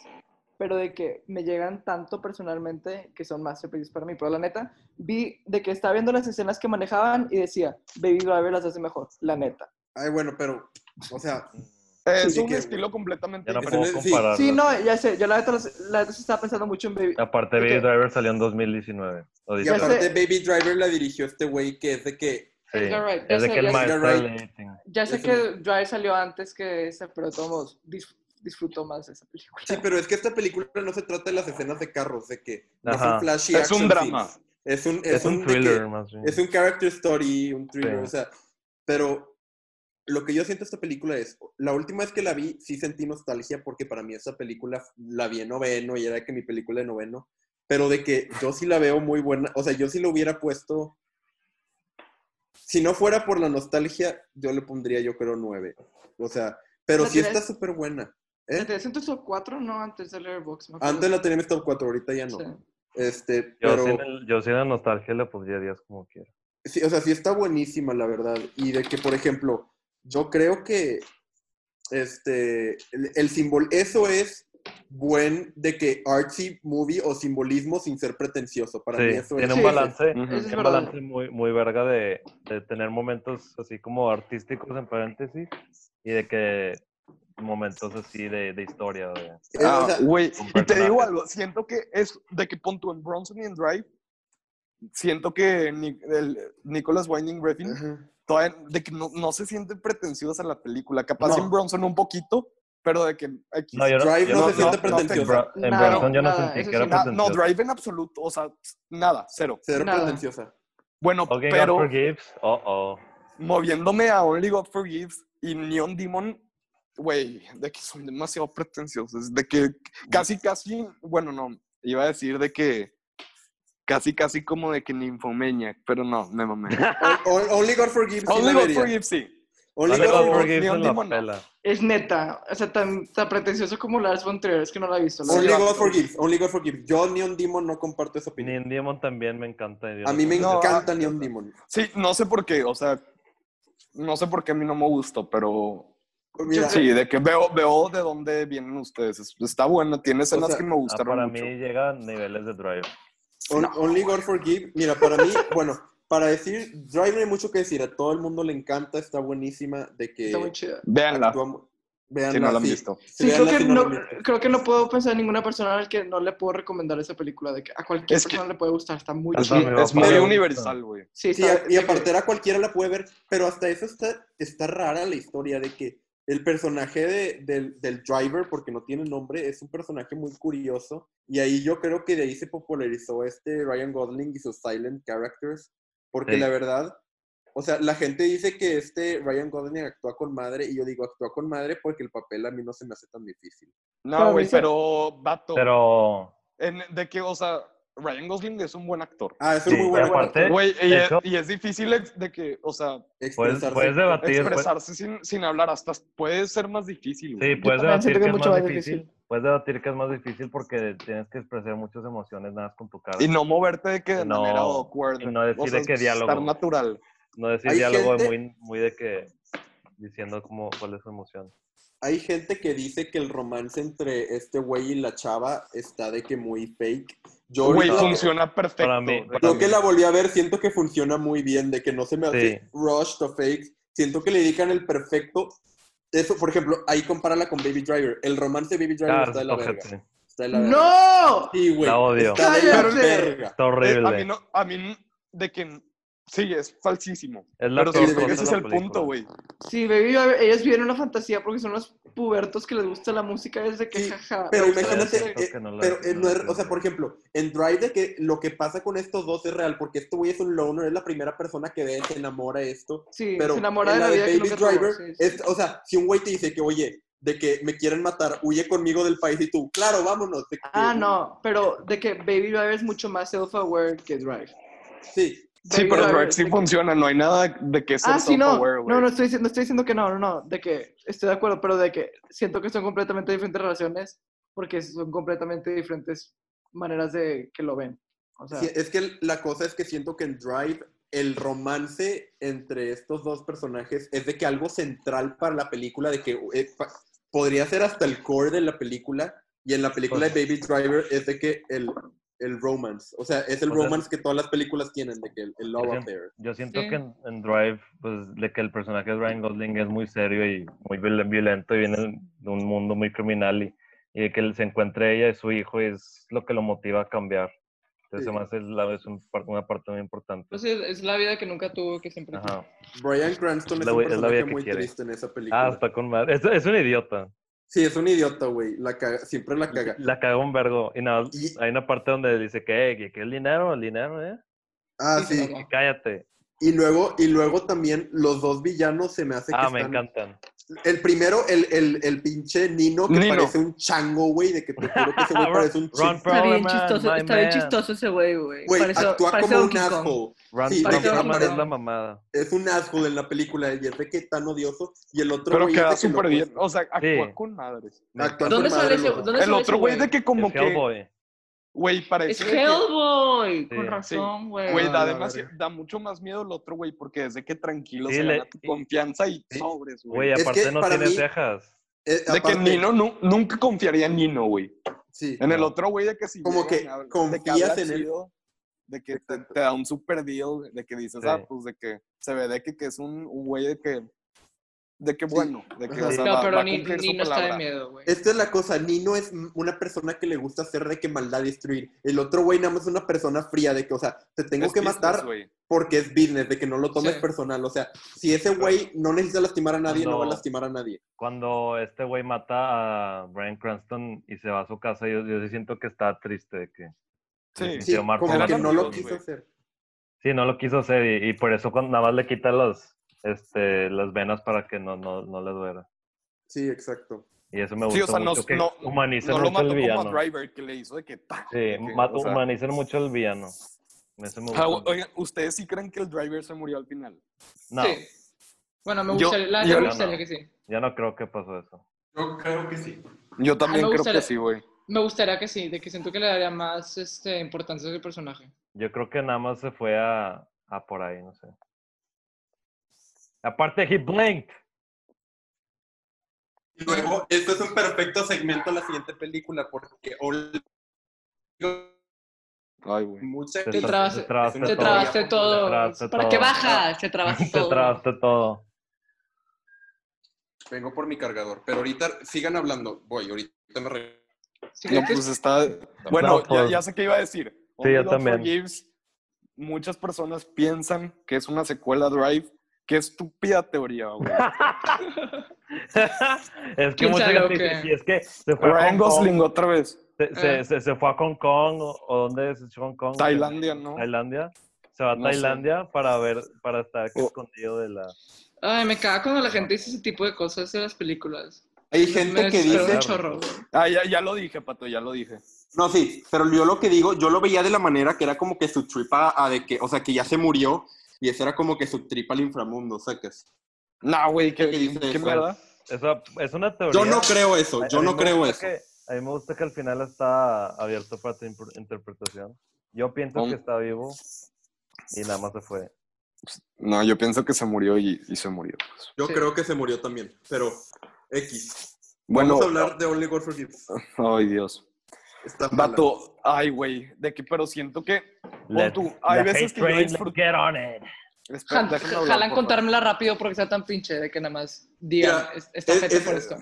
Speaker 4: pero de que me llegan tanto personalmente que son masterpieces para mí. Pero la neta, vi de que estaba viendo las escenas que manejaban y decía, Baby Driver las hace mejor, la neta.
Speaker 1: Ay, bueno, pero, o sea,
Speaker 2: Es
Speaker 1: Sí,
Speaker 2: un
Speaker 1: que-
Speaker 2: estilo completamente
Speaker 3: Ya no
Speaker 1: Es
Speaker 2: diferente.
Speaker 1: una-
Speaker 3: puedo
Speaker 1: sí.
Speaker 3: comparar.
Speaker 4: Sí, no, ya sé, yo la neta, las- la neta sí estaba pensando mucho en Baby.
Speaker 3: Aparte,
Speaker 4: de que-
Speaker 3: Baby Driver salió en 2019. o
Speaker 1: y
Speaker 3: 18.
Speaker 1: aparte Baby Driver la dirigió este güey que es de que,
Speaker 3: Sí.
Speaker 4: Edgar Wright, ya
Speaker 3: Es de
Speaker 4: sé,
Speaker 3: que
Speaker 4: ya
Speaker 3: el
Speaker 4: sé.
Speaker 3: maestro
Speaker 1: Edgar
Speaker 3: del
Speaker 1: Wright.
Speaker 3: editing.
Speaker 4: Ya sé
Speaker 1: Es
Speaker 4: que Drive salió antes que esa, pero de todos modos, dis- disfruto más esa película.
Speaker 1: sí, pero es que esta película no se trata de las escenas de carros, de que no
Speaker 3: Ajá.
Speaker 1: son flashy
Speaker 2: Es un
Speaker 1: action
Speaker 2: drama.
Speaker 1: scenes. Es un,
Speaker 3: Es, un
Speaker 1: de
Speaker 3: thriller,
Speaker 1: que-
Speaker 3: más bien.
Speaker 1: es un character story, un thriller,
Speaker 3: Sí.
Speaker 1: o sea, pero lo que yo siento de esta película es, la última vez que la vi sí sentí nostalgia porque para mí esta película la vi en noveno y era que mi película de noveno, pero de que yo sí la veo muy buena, o sea, yo sí lo hubiera puesto, si no fuera por la nostalgia, yo le pondría yo creo nueve, o sea, pero
Speaker 4: ¿La
Speaker 1: sí está
Speaker 4: tienes?
Speaker 1: súper buena.
Speaker 4: ¿La
Speaker 1: ¿eh?
Speaker 4: tenías en tu top 4? No, antes de Letterboxd. me acuerdo.
Speaker 1: Antes la tenía en mi top 4, ahorita ya no.
Speaker 4: Sí.
Speaker 1: Este,
Speaker 3: Yo,
Speaker 1: pero...
Speaker 3: sin el- yo sin la nostalgia le pondría 10 como quiera.
Speaker 1: Sí, o sea, sí está buenísima, la verdad. Y de que, por ejemplo, yo creo que este, el, el simbol, eso es buen de que artsy movie o simbolismo sin ser pretencioso. Para mí
Speaker 3: Sí,
Speaker 1: eso es.
Speaker 3: tiene un
Speaker 4: Sí,
Speaker 3: balance,
Speaker 2: Ujú.
Speaker 4: Eso es
Speaker 3: tiene un
Speaker 4: verdad.
Speaker 3: balance muy, muy verga de, de tener momentos así como artísticos en paréntesis y de que momentos así de, de historia. de-
Speaker 1: Eh, o
Speaker 2: Ah,
Speaker 1: sea,
Speaker 2: güey,
Speaker 3: con
Speaker 2: y te digo
Speaker 3: personajes.
Speaker 2: algo, siento que es de que pon tú en Bronson y en Drive, siento que Ni- el Nicholas Winding Refn
Speaker 1: ajá.
Speaker 2: todavía de que no, no se siente pretenciosa la película, capaz
Speaker 1: No.
Speaker 2: en Bronson un poquito, pero de que aquí
Speaker 3: No, yo no,
Speaker 1: Drive
Speaker 3: yo
Speaker 1: no
Speaker 3: no-
Speaker 1: se siente
Speaker 3: no-
Speaker 2: pretencioso.
Speaker 3: en, Bra- en
Speaker 4: Nada,
Speaker 3: Bronson yo no
Speaker 4: nada,
Speaker 3: sentí
Speaker 4: eso
Speaker 3: que era
Speaker 4: sí,
Speaker 2: Na- no,
Speaker 3: pretencioso.
Speaker 2: Drive en absoluto, o sea, nada, cero.
Speaker 1: Ser
Speaker 4: Nada.
Speaker 1: pretenciosa.
Speaker 2: Bueno,
Speaker 3: Okay,
Speaker 2: pero
Speaker 3: God forgives. Oh, oh.
Speaker 2: moviéndome a Only God Forgives y Neon Demon, güey, de que son demasiado pretenciosos, de que casi, casi, bueno, no, iba a decir de que casi, casi como de que Nymphomaniac, pero no, me mamé.
Speaker 1: O- o- Only God Forgives. sí
Speaker 2: Only
Speaker 1: la
Speaker 2: God
Speaker 1: vería.
Speaker 2: Forgives, sí.
Speaker 1: Only
Speaker 3: Only
Speaker 1: God
Speaker 3: God
Speaker 2: Demon-
Speaker 1: Forgives.
Speaker 3: forgives
Speaker 2: Neon
Speaker 3: en la
Speaker 2: Demon no.
Speaker 3: pela.
Speaker 4: Es neta, o sea, tan, tan pretencioso como Lars von Trier, es que no la he visto. la
Speaker 1: Only
Speaker 4: verdad.
Speaker 1: God Forgives. Only God Forgives. Yo, Neon Demon, no comparto esa
Speaker 3: Ni
Speaker 1: opinión.
Speaker 3: en Demon también me encanta. yo
Speaker 1: A
Speaker 3: no
Speaker 1: mí me
Speaker 3: sé.
Speaker 2: No,
Speaker 1: encanta
Speaker 2: ah,
Speaker 1: Neon Demon.
Speaker 2: Sí, no sé por qué, o sea, no sé por qué a mí no me gustó, pero
Speaker 1: Mira,
Speaker 2: sí, de que veo, veo de dónde vienen ustedes. es- Está bueno, tiene escenas
Speaker 1: sea,
Speaker 2: que me
Speaker 3: Ah,
Speaker 2: gustaron
Speaker 3: para
Speaker 2: mucho.
Speaker 3: mí llega a niveles de Drive.
Speaker 1: On-
Speaker 2: No.
Speaker 1: Only God Forgive. Mira, para mí, bueno, para decir, Drive no hay mucho que decir. A todo el mundo le encanta, está buenísima. De que.
Speaker 4: Está muy chida.
Speaker 2: Véanla,
Speaker 1: actuamos- véanla,
Speaker 2: si no la han
Speaker 1: sí.
Speaker 2: visto.
Speaker 1: Sí,
Speaker 4: Sí, creo
Speaker 1: véanla
Speaker 4: que,
Speaker 1: si no la
Speaker 4: no,
Speaker 1: han visto.
Speaker 4: creo que no puedo pensar en ninguna persona al que no le puedo recomendar esa película. De que a cualquier
Speaker 2: Es que-
Speaker 4: persona le puede gustar, está muy
Speaker 2: Es,
Speaker 3: Hasta
Speaker 4: chida.
Speaker 3: mi papá
Speaker 2: es muy
Speaker 1: le gusta.
Speaker 2: universal, güey.
Speaker 4: Sí,
Speaker 1: Sí,
Speaker 4: está-
Speaker 1: y
Speaker 4: de que-
Speaker 1: aparte era cualquiera la puede ver, pero hasta eso está, está rara la historia de que el personaje de- del, del driver, porque no tiene nombre, es un personaje muy curioso. Y ahí yo creo que de ahí se popularizó este Ryan Gosling y sus silent characters, porque
Speaker 3: Sí.
Speaker 1: la verdad, o sea, la gente dice que este Ryan Gosling actúa con madre, y yo digo actúa con madre porque el papel a mí no se me hace tan difícil.
Speaker 4: Para
Speaker 2: No,
Speaker 4: mí
Speaker 2: güey,
Speaker 4: sí.
Speaker 2: pero vato.
Speaker 3: Pero
Speaker 2: en- de que, o sea, Ryan Gosling es un buen actor.
Speaker 1: Ah, eso
Speaker 3: Sí,
Speaker 1: es muy
Speaker 3: y
Speaker 1: bueno.
Speaker 3: aparte- Eh,
Speaker 2: Güey, y,
Speaker 3: de
Speaker 2: es-
Speaker 3: hecho-
Speaker 2: y es difícil ex- de que, o sea,
Speaker 3: puedes,
Speaker 1: expresarse.
Speaker 3: puedes debatir. puedes-
Speaker 2: expresarse sin, sin hablar hasta puede ser más difícil.
Speaker 3: sí,
Speaker 2: güey.
Speaker 3: puedes
Speaker 4: también
Speaker 3: debatir
Speaker 4: siento
Speaker 3: que
Speaker 4: que es
Speaker 3: es
Speaker 4: mucho
Speaker 3: más
Speaker 4: más
Speaker 3: difícil.
Speaker 4: difícil.
Speaker 3: Puedes debatir que es más difícil porque tienes que expresar muchas emociones nada más con tu cara.
Speaker 2: Y no moverte de que de
Speaker 3: Y no-
Speaker 2: manera awkward.
Speaker 3: y no decir de que
Speaker 2: Estar
Speaker 3: diálogo.
Speaker 2: natural.
Speaker 3: No decir
Speaker 1: Hay
Speaker 3: diálogo
Speaker 1: gente-
Speaker 3: muy, muy de que diciendo cómo, cuál es su emoción.
Speaker 1: Hay gente que dice que el romance entre este güey y la chava está de que muy fake. Yo
Speaker 2: Güey,
Speaker 1: ahorita-
Speaker 2: funciona perfecto.
Speaker 3: Para mí-
Speaker 2: de
Speaker 3: para
Speaker 1: yo que la volví a ver, siento que funciona muy bien, de que no se me hace
Speaker 3: Sí.
Speaker 1: rushed o fake. Siento que le dedican el perfecto. Eso, por ejemplo, ahí compárala con Baby Driver. El romance de Baby Driver
Speaker 3: Ah,
Speaker 1: está de la verga.
Speaker 3: ojete.
Speaker 1: Está de la verga.
Speaker 4: ¡No!
Speaker 1: Sí, güey.
Speaker 3: La odio.
Speaker 1: Está de la
Speaker 4: ¡Cállate!
Speaker 1: verga.
Speaker 3: Está
Speaker 2: Eh,
Speaker 3: horrible.
Speaker 2: a mí, no, a mí, de que, sí, es falsísimo.
Speaker 3: Es la
Speaker 2: pero
Speaker 1: peor
Speaker 2: sí,
Speaker 1: cosa
Speaker 2: ese
Speaker 1: de
Speaker 2: es
Speaker 3: la
Speaker 2: el punto,
Speaker 3: película.
Speaker 2: güey.
Speaker 4: Sí, baby, a ver, ellos viven una fantasía porque son los pubertos que les gusta la música desde que
Speaker 1: Sí,
Speaker 4: jaja.
Speaker 1: Pero
Speaker 4: me gusta la
Speaker 1: imagínate,
Speaker 4: música.
Speaker 3: siento
Speaker 1: eh,
Speaker 3: que no la-
Speaker 1: pero eh,
Speaker 3: no
Speaker 1: no
Speaker 3: la
Speaker 1: es- o sea,
Speaker 3: entiendo.
Speaker 1: por ejemplo, en Drive de que lo que pasa con estos dos es real, porque este güey es un loner, es la primera persona que ve, se enamora de esto,
Speaker 4: Sí,
Speaker 1: eh, pero
Speaker 4: se enamora de
Speaker 1: en
Speaker 4: la vida que
Speaker 1: Baby
Speaker 4: nunca tuvo,
Speaker 1: Driver,
Speaker 4: sí, sí.
Speaker 1: es- o sea, si un güey te dice que, oye, de que me quieren matar, huye conmigo del país y tú, claro, vámonos. de que-
Speaker 4: Ah, no, pero de que Baby Driver es mucho más self-aware que Drive.
Speaker 1: Sí,
Speaker 2: Sí,
Speaker 4: Baby
Speaker 2: pero
Speaker 4: Driver
Speaker 2: Drive
Speaker 4: es
Speaker 2: sí
Speaker 4: de que-
Speaker 2: funciona, no hay nada de que sea
Speaker 4: Ah, sí, no.
Speaker 2: self-aware, güey.
Speaker 4: No, no estoy, diciendo- no estoy diciendo que no, no, no. De que estoy de acuerdo, pero de que siento que son completamente diferentes relaciones porque son completamente diferentes maneras de que lo ven. O sea,
Speaker 1: sí, es que la cosa es que siento que en Drive el romance entre estos dos personajes es de que algo central para la película, de que eh, pa- podría ser hasta el core de la película, y en la película
Speaker 4: Pues
Speaker 1: de Baby Driver es de que el, el romance, o sea, es el
Speaker 3: O sea,
Speaker 1: romance que todas las películas tienen, de que el, el love
Speaker 3: Yo
Speaker 1: affair.
Speaker 3: Yo siento
Speaker 4: Sí.
Speaker 3: que en, en Drive, pues, de que el personaje de Ryan Gosling es muy serio y muy viol- violento y viene de un mundo muy criminal y, y de que él se encuentre ella y su hijo es lo que lo motiva a cambiar. Entonces,
Speaker 1: Sí.
Speaker 3: además, es, la, es un par- una parte muy importante.
Speaker 4: pues es la vida que nunca tuvo, que
Speaker 1: Pues,
Speaker 4: siempre
Speaker 3: Ajá.
Speaker 1: Brian Cranston es
Speaker 3: La
Speaker 1: un
Speaker 3: vi- es la vida
Speaker 1: personaje
Speaker 3: que
Speaker 1: muy
Speaker 3: quiere.
Speaker 1: triste en esa película.
Speaker 3: Ah, está con madre. Es, es un idiota.
Speaker 1: Sí, es un idiota, güey. La caga- siempre la caga.
Speaker 3: La cagó un vergo. Y nada,
Speaker 1: Y-
Speaker 3: hay una parte donde dice que, "Ey, que, que el dinero, el dinero, ¿eh?
Speaker 1: Ah,
Speaker 4: Sí,
Speaker 1: sí.
Speaker 4: sí, sí.
Speaker 3: Cállate.
Speaker 1: Y luego, y luego también los dos villanos se me hace que
Speaker 3: Ah, me
Speaker 1: están-
Speaker 3: encantan.
Speaker 1: El primero, el, el, el pinche Nino que
Speaker 2: Nino.
Speaker 1: parece un chango, güey, de que te juro que ese güey parece un
Speaker 3: Ron
Speaker 1: chiste.
Speaker 5: Está
Speaker 3: Perlman,
Speaker 5: bien chistoso,
Speaker 3: my
Speaker 5: está bien
Speaker 3: man.
Speaker 5: chistoso ese güey, güey.
Speaker 1: Güey,
Speaker 5: Parece-
Speaker 1: actúa
Speaker 5: parece
Speaker 1: como un
Speaker 5: Donkey Kong.
Speaker 1: asshole.
Speaker 3: Ron
Speaker 1: Sí,
Speaker 3: Perlman
Speaker 5: Donkey Kong.
Speaker 3: es la mamada.
Speaker 1: Es un asco en la película y es de que tan odioso. Y el otro
Speaker 2: Pero
Speaker 1: güey es de
Speaker 2: queda
Speaker 1: que lo
Speaker 2: súper bien.
Speaker 1: opuesto.
Speaker 2: O sea, actúa
Speaker 3: Sí.
Speaker 2: con madres.
Speaker 1: Actúa
Speaker 5: ¿Dónde
Speaker 1: con
Speaker 5: sale
Speaker 1: madre
Speaker 5: ese-
Speaker 1: los dos.
Speaker 5: dónde-
Speaker 2: El
Speaker 5: sale
Speaker 2: otro
Speaker 5: ese
Speaker 2: güey
Speaker 5: güey?
Speaker 2: de que como
Speaker 3: Es
Speaker 2: que,
Speaker 3: Hellboy.
Speaker 2: güey,
Speaker 5: Es
Speaker 2: parece de que,
Speaker 5: Hellboy, con
Speaker 3: Sí.
Speaker 5: razón, güey.
Speaker 2: güey,
Speaker 1: Ah,
Speaker 2: da
Speaker 1: la
Speaker 2: demasi-
Speaker 1: verga.
Speaker 2: da mucho más miedo el otro güey porque desde que tranquilo
Speaker 3: Sí,
Speaker 2: se
Speaker 3: le-
Speaker 2: gana tu confianza y
Speaker 3: sí.
Speaker 2: sobres, güey.
Speaker 3: Güey,
Speaker 1: Es
Speaker 3: aparte
Speaker 1: que
Speaker 3: no
Speaker 1: para
Speaker 3: tiene
Speaker 1: mí-
Speaker 3: cejas.
Speaker 1: Eh,
Speaker 2: De que
Speaker 1: aparte,
Speaker 2: Nino nu- nunca confiaría en Nino, güey.
Speaker 1: Sí.
Speaker 2: En el
Speaker 3: No.
Speaker 2: otro güey de que si
Speaker 1: Como
Speaker 2: llegan
Speaker 1: que
Speaker 2: a hablar-
Speaker 1: confías
Speaker 2: habla
Speaker 1: en él.
Speaker 2: chido, De que te, te da un super deal, de que dices,
Speaker 3: Sí.
Speaker 2: ah, pues de que se ve de que, que es un un güey de que, de que
Speaker 1: Sí.
Speaker 2: bueno, de que
Speaker 1: Ajá.
Speaker 2: o sea,
Speaker 5: No,
Speaker 2: va, va
Speaker 5: pero
Speaker 2: a
Speaker 5: ni,
Speaker 2: cumplir
Speaker 5: ni
Speaker 2: su
Speaker 5: no está de
Speaker 2: palabra.
Speaker 5: miedo, güey.
Speaker 1: Esta es la cosa, Nino es m- una persona que le gusta hacer de que maldad destruir. El otro güey nada más es una persona fría de que, o sea, te tengo
Speaker 2: Es
Speaker 1: que
Speaker 2: business,
Speaker 1: matar
Speaker 2: güey.
Speaker 1: porque es business, de que no lo tomes
Speaker 5: Sí.
Speaker 1: personal. O sea, si ese güey no necesita lastimar a nadie, no, va a
Speaker 3: No.
Speaker 1: lastimar a nadie.
Speaker 3: Cuando este güey mata a Brian Cranston y se va a su casa, yo, yo sí siento que está triste de que
Speaker 2: Sí.
Speaker 1: Sí,
Speaker 3: Tío Marco,
Speaker 1: como
Speaker 2: eran
Speaker 1: que no lo
Speaker 2: amigos,
Speaker 1: quiso
Speaker 2: güey.
Speaker 1: hacer.
Speaker 3: sí, no lo quiso hacer y, y por eso cuando nada más le quita los, este, las venas para que no, no, no le duela.
Speaker 1: Sí, exacto.
Speaker 3: Y eso me gusta
Speaker 2: Sí, o sea, no-
Speaker 3: mucho que
Speaker 2: no-
Speaker 3: humanicen
Speaker 2: No lo
Speaker 3: mucho
Speaker 2: mató
Speaker 3: el
Speaker 2: como a
Speaker 3: villano.
Speaker 2: Driver, que le hizo de que pa.
Speaker 3: Sí,
Speaker 2: de que,
Speaker 3: ma-
Speaker 2: o sea,
Speaker 3: humanicen mucho el villano. Eso me gusta.
Speaker 2: ah, o- oigan, ¿ustedes sí creen que el Driver se murió al final?
Speaker 3: no,
Speaker 5: Sí. Bueno, me
Speaker 2: Yo-
Speaker 5: gustaría, la
Speaker 2: yo-
Speaker 5: neta me gustaría
Speaker 3: no.
Speaker 5: que sí.
Speaker 3: ya no creo que pasó eso.
Speaker 1: Yo creo que sí.
Speaker 2: Yo también creo
Speaker 5: Ah, gustaría-
Speaker 2: que sí, güey.
Speaker 5: Me gustaría que sí, de que siento que le daría más este, importancia a ese personaje.
Speaker 3: Yo creo que nada más se fue a, a por ahí, no sé. Aparte, he blinked.
Speaker 1: Y luego, esto es un perfecto segmento a la siguiente película porque Ol-
Speaker 2: Ay, güey.
Speaker 1: mucha
Speaker 3: Te
Speaker 5: Te
Speaker 3: tra-
Speaker 5: trabaste-
Speaker 3: te trabaste
Speaker 1: Te
Speaker 5: Se
Speaker 3: todo.
Speaker 5: trabaste
Speaker 1: todo.
Speaker 5: todo.
Speaker 3: Se trabaste
Speaker 5: ¿Para
Speaker 3: todo.
Speaker 5: qué baja? Se trabaste
Speaker 3: Te
Speaker 5: todo.
Speaker 3: trabaste todo.
Speaker 1: Vengo por mi cargador, pero ahorita sigan hablando. Voy, ahorita me re-
Speaker 5: Sí,
Speaker 2: No,
Speaker 5: creo que
Speaker 2: pues está. Bueno,
Speaker 3: No, pues-
Speaker 2: ya, ya sé qué iba a decir.
Speaker 3: Sí, yo
Speaker 2: Only God
Speaker 3: también.
Speaker 2: Forgives, muchas personas piensan que es una secuela a Drive. Qué estúpida teoría, güey.
Speaker 3: es que
Speaker 5: ¿Quién
Speaker 3: mucha
Speaker 5: sabe o
Speaker 3: gente
Speaker 5: qué?
Speaker 3: dice, "Sí, es que se fue a
Speaker 2: Ryan
Speaker 3: Hong Kong,
Speaker 2: Gosling otra vez.
Speaker 3: se, se-
Speaker 5: Ah.
Speaker 3: se- se fue a Hong Kong o, o dónde es Hong Kong.
Speaker 2: Tailandia, ¿no?
Speaker 3: Tailandia. Se va a
Speaker 2: No sé.
Speaker 3: Tailandia para ver, para estar aquí
Speaker 2: O-
Speaker 3: escondido de la.
Speaker 5: Ay, me caga cuando la gente dice ese tipo de cosas en las películas.
Speaker 1: Hay
Speaker 5: Me
Speaker 1: gente que
Speaker 5: desespera
Speaker 1: dice
Speaker 5: un chorro, güey.
Speaker 2: Ah, ya, ya lo dije, Pato, ya lo dije.
Speaker 1: No, sí, pero yo lo que digo, yo lo veía de la manera que era como que su trip a, a de que, o sea, que ya se murió y ese era como que su trip al inframundo, ¿sacas?
Speaker 2: No, güey, qué,
Speaker 1: ¿Qué dices,
Speaker 2: qué
Speaker 1: güey?
Speaker 2: mierda.
Speaker 3: Eso es una teoría.
Speaker 1: Yo no creo
Speaker 3: A-
Speaker 1: eso,
Speaker 3: a
Speaker 1: yo
Speaker 3: mí
Speaker 1: no
Speaker 3: me
Speaker 1: creo
Speaker 3: gusta
Speaker 1: eso.
Speaker 3: que- a mí me gusta que al final está abierto para tu impr- interpretación. Yo pienso
Speaker 2: Hom-
Speaker 3: que está vivo y nada más se fue.
Speaker 2: No, yo pienso que se murió y, y se murió. pues.
Speaker 1: Yo
Speaker 5: Sí.
Speaker 1: creo que se murió también, pero X.
Speaker 2: Bueno,
Speaker 1: Vamos a hablar de Only God Forgives.
Speaker 2: ay Dios.
Speaker 1: Está mala.
Speaker 2: Vato, ay, güey, de que, pero siento que. Pon
Speaker 3: Let's-
Speaker 2: tú, hay
Speaker 3: la
Speaker 2: veces
Speaker 3: hate
Speaker 2: que yo
Speaker 3: train,
Speaker 2: disfrut-
Speaker 3: let's get on it.
Speaker 2: Espera,
Speaker 5: Jan-
Speaker 2: déjame hablar,
Speaker 5: Jalan
Speaker 2: por
Speaker 5: contármela rápido porque sea tan pinche de que nada más digan
Speaker 1: Mira,
Speaker 5: "Es- está
Speaker 1: es-
Speaker 5: fecha
Speaker 1: es-
Speaker 5: por esto.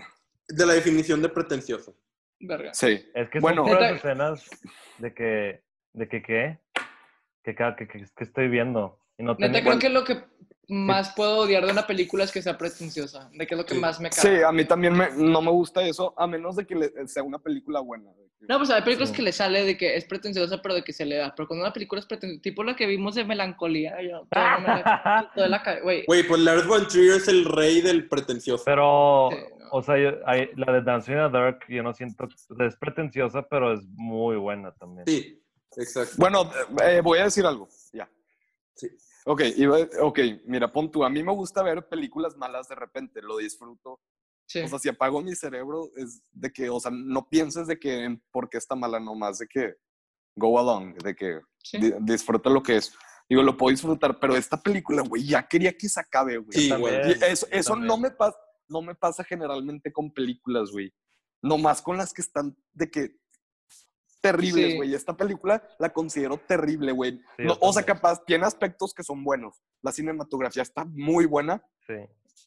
Speaker 1: De la definición de pretencioso.
Speaker 5: Verga.
Speaker 2: favor. Sí.
Speaker 3: Es que
Speaker 2: Bueno.
Speaker 3: son puras
Speaker 5: Neta-
Speaker 3: escenas de que, de que qué, que, ca- que, que- que estoy viendo. Y no
Speaker 5: Neta,
Speaker 3: tenía-
Speaker 5: creo que lo que más puedo odiar de una película es que sea pretenciosa. De que es lo que
Speaker 1: Sí.
Speaker 5: más me
Speaker 2: Sí,
Speaker 5: caga.
Speaker 2: a mí también me- no me gusta eso, a menos de que le- eh, sea una película buena. de que-
Speaker 5: No, pues hay películas
Speaker 3: Sí.
Speaker 5: que le sale de que es pretenciosa, pero de que se le da. Pero cuando una película es pretenciosa, tipo la que vimos de melancolía, yo todavía no me la- todavía la ca- güey.
Speaker 1: Güey, pues Lars von Trier es el rey del pretencioso.
Speaker 3: Pero,
Speaker 5: Sí, no.
Speaker 3: o sea, yo- hay- la de Dancing in the Dark, yo no siento, es pretenciosa, pero es muy buena también.
Speaker 1: Sí, exacto.
Speaker 2: Bueno, eh, voy a decir algo, ya.
Speaker 1: Sí.
Speaker 2: Ok, iba- ok, mira, pon tú, a mí me gusta ver películas malas de repente, lo disfruto.
Speaker 5: Sí.
Speaker 2: O sea, si apago mi cerebro, es de que, o sea, no pienses de que en por qué está mala, nomás de que go along, de que
Speaker 5: Sí.
Speaker 2: di- disfruta lo que es. Digo, lo puedo disfrutar, pero esta película, güey, ya quería que se acabe, güey.
Speaker 1: Sí,
Speaker 3: También,
Speaker 1: güey.
Speaker 2: Y eso, eso
Speaker 3: también.
Speaker 2: no me pasa, no me pasa generalmente con películas, güey. Nomás con las que están de que terribles,
Speaker 5: Sí.
Speaker 2: güey. Esta película la considero terrible, güey.
Speaker 3: Sí,
Speaker 2: No,
Speaker 3: yo
Speaker 2: o sea,
Speaker 3: también.
Speaker 2: capaz tiene aspectos que son buenos. La cinematografía está muy buena,
Speaker 3: Sí.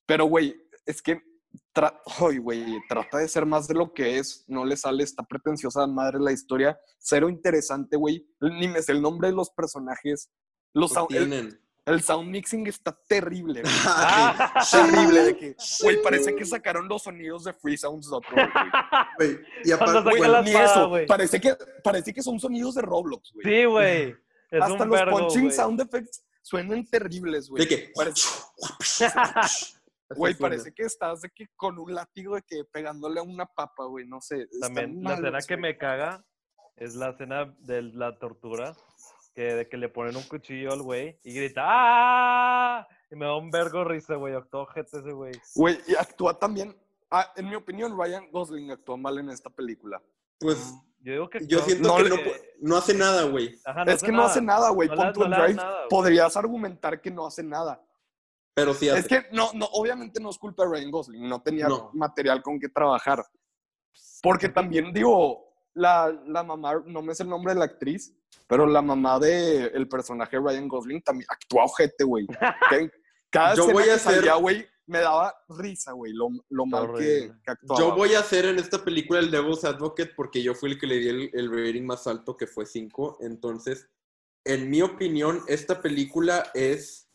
Speaker 2: pero güey, es que tra- ay, güey, trata de ser más de lo que es. No le sale esta pretenciosa madre la historia. Cero interesante, güey. Ni me sé el nombre de los personajes. Los,
Speaker 1: Lo
Speaker 2: sound- el,
Speaker 1: tienen.
Speaker 2: el sound mixing está terrible, güey
Speaker 1: Ah,
Speaker 2: terrible de que, güey, parece que sacaron los sonidos de Free Sounds
Speaker 1: sí, güey. Y
Speaker 3: Cuando
Speaker 1: aparte,
Speaker 3: saca
Speaker 1: bueno,
Speaker 3: la
Speaker 2: ni
Speaker 3: espada,
Speaker 2: eso,
Speaker 3: güey.
Speaker 2: parece que, parece que son sonidos de Roblox, güey.
Speaker 3: Sí, güey. Es
Speaker 2: hasta
Speaker 3: un
Speaker 2: los
Speaker 3: vergo,
Speaker 2: punching
Speaker 3: güey.
Speaker 2: sound effects suenan terribles, güey.
Speaker 1: ¿De qué?
Speaker 2: Parece- Güey,
Speaker 1: Así suena.
Speaker 2: parece que estás de que con un látigo de que pegándole a una papa, güey, no sé. están
Speaker 3: También la
Speaker 2: malos,
Speaker 3: escena que
Speaker 2: güey.
Speaker 3: me caga es la escena de la tortura, que, de que le ponen un cuchillo al güey y grita ¡Ah! Y me da un vergo risa, güey. Todo gente ese güey.
Speaker 2: Güey, y actúa también. ah, en mi opinión, Ryan Gosling actúa mal en esta película.
Speaker 1: Pues
Speaker 3: Yo digo que.
Speaker 1: yo
Speaker 3: no-
Speaker 1: siento
Speaker 2: no
Speaker 1: que
Speaker 2: le-
Speaker 1: no, pu- no hace nada, güey.
Speaker 3: Ajá,
Speaker 2: es que no hace nada, güey.
Speaker 3: No le-
Speaker 2: Pon tu
Speaker 3: no le dan
Speaker 2: drive.
Speaker 3: nada, güey.
Speaker 2: Podrías argumentar que no hace nada.
Speaker 1: Pero sí hace.
Speaker 2: Es que no, no, obviamente no es culpa de Ryan Gosling, no tenía
Speaker 1: No.
Speaker 2: material con que trabajar.
Speaker 3: Pues,
Speaker 2: Porque también digo, la, la mamá, no me es el nombre de la actriz, pero la mamá del el personaje de Ryan Gosling también actúa ojete, güey. Que- Cada
Speaker 1: Yo
Speaker 2: escena
Speaker 1: voy a
Speaker 2: que
Speaker 1: hacer-
Speaker 2: salía, güey, me daba risa, güey, lo, lo mal que,
Speaker 3: Horrible.
Speaker 2: que actuaba.
Speaker 1: Yo voy a hacer en esta película el Devil's Advocate porque yo fui el que le di el, el rating más alto que fue 5. Entonces, en mi opinión, esta película es.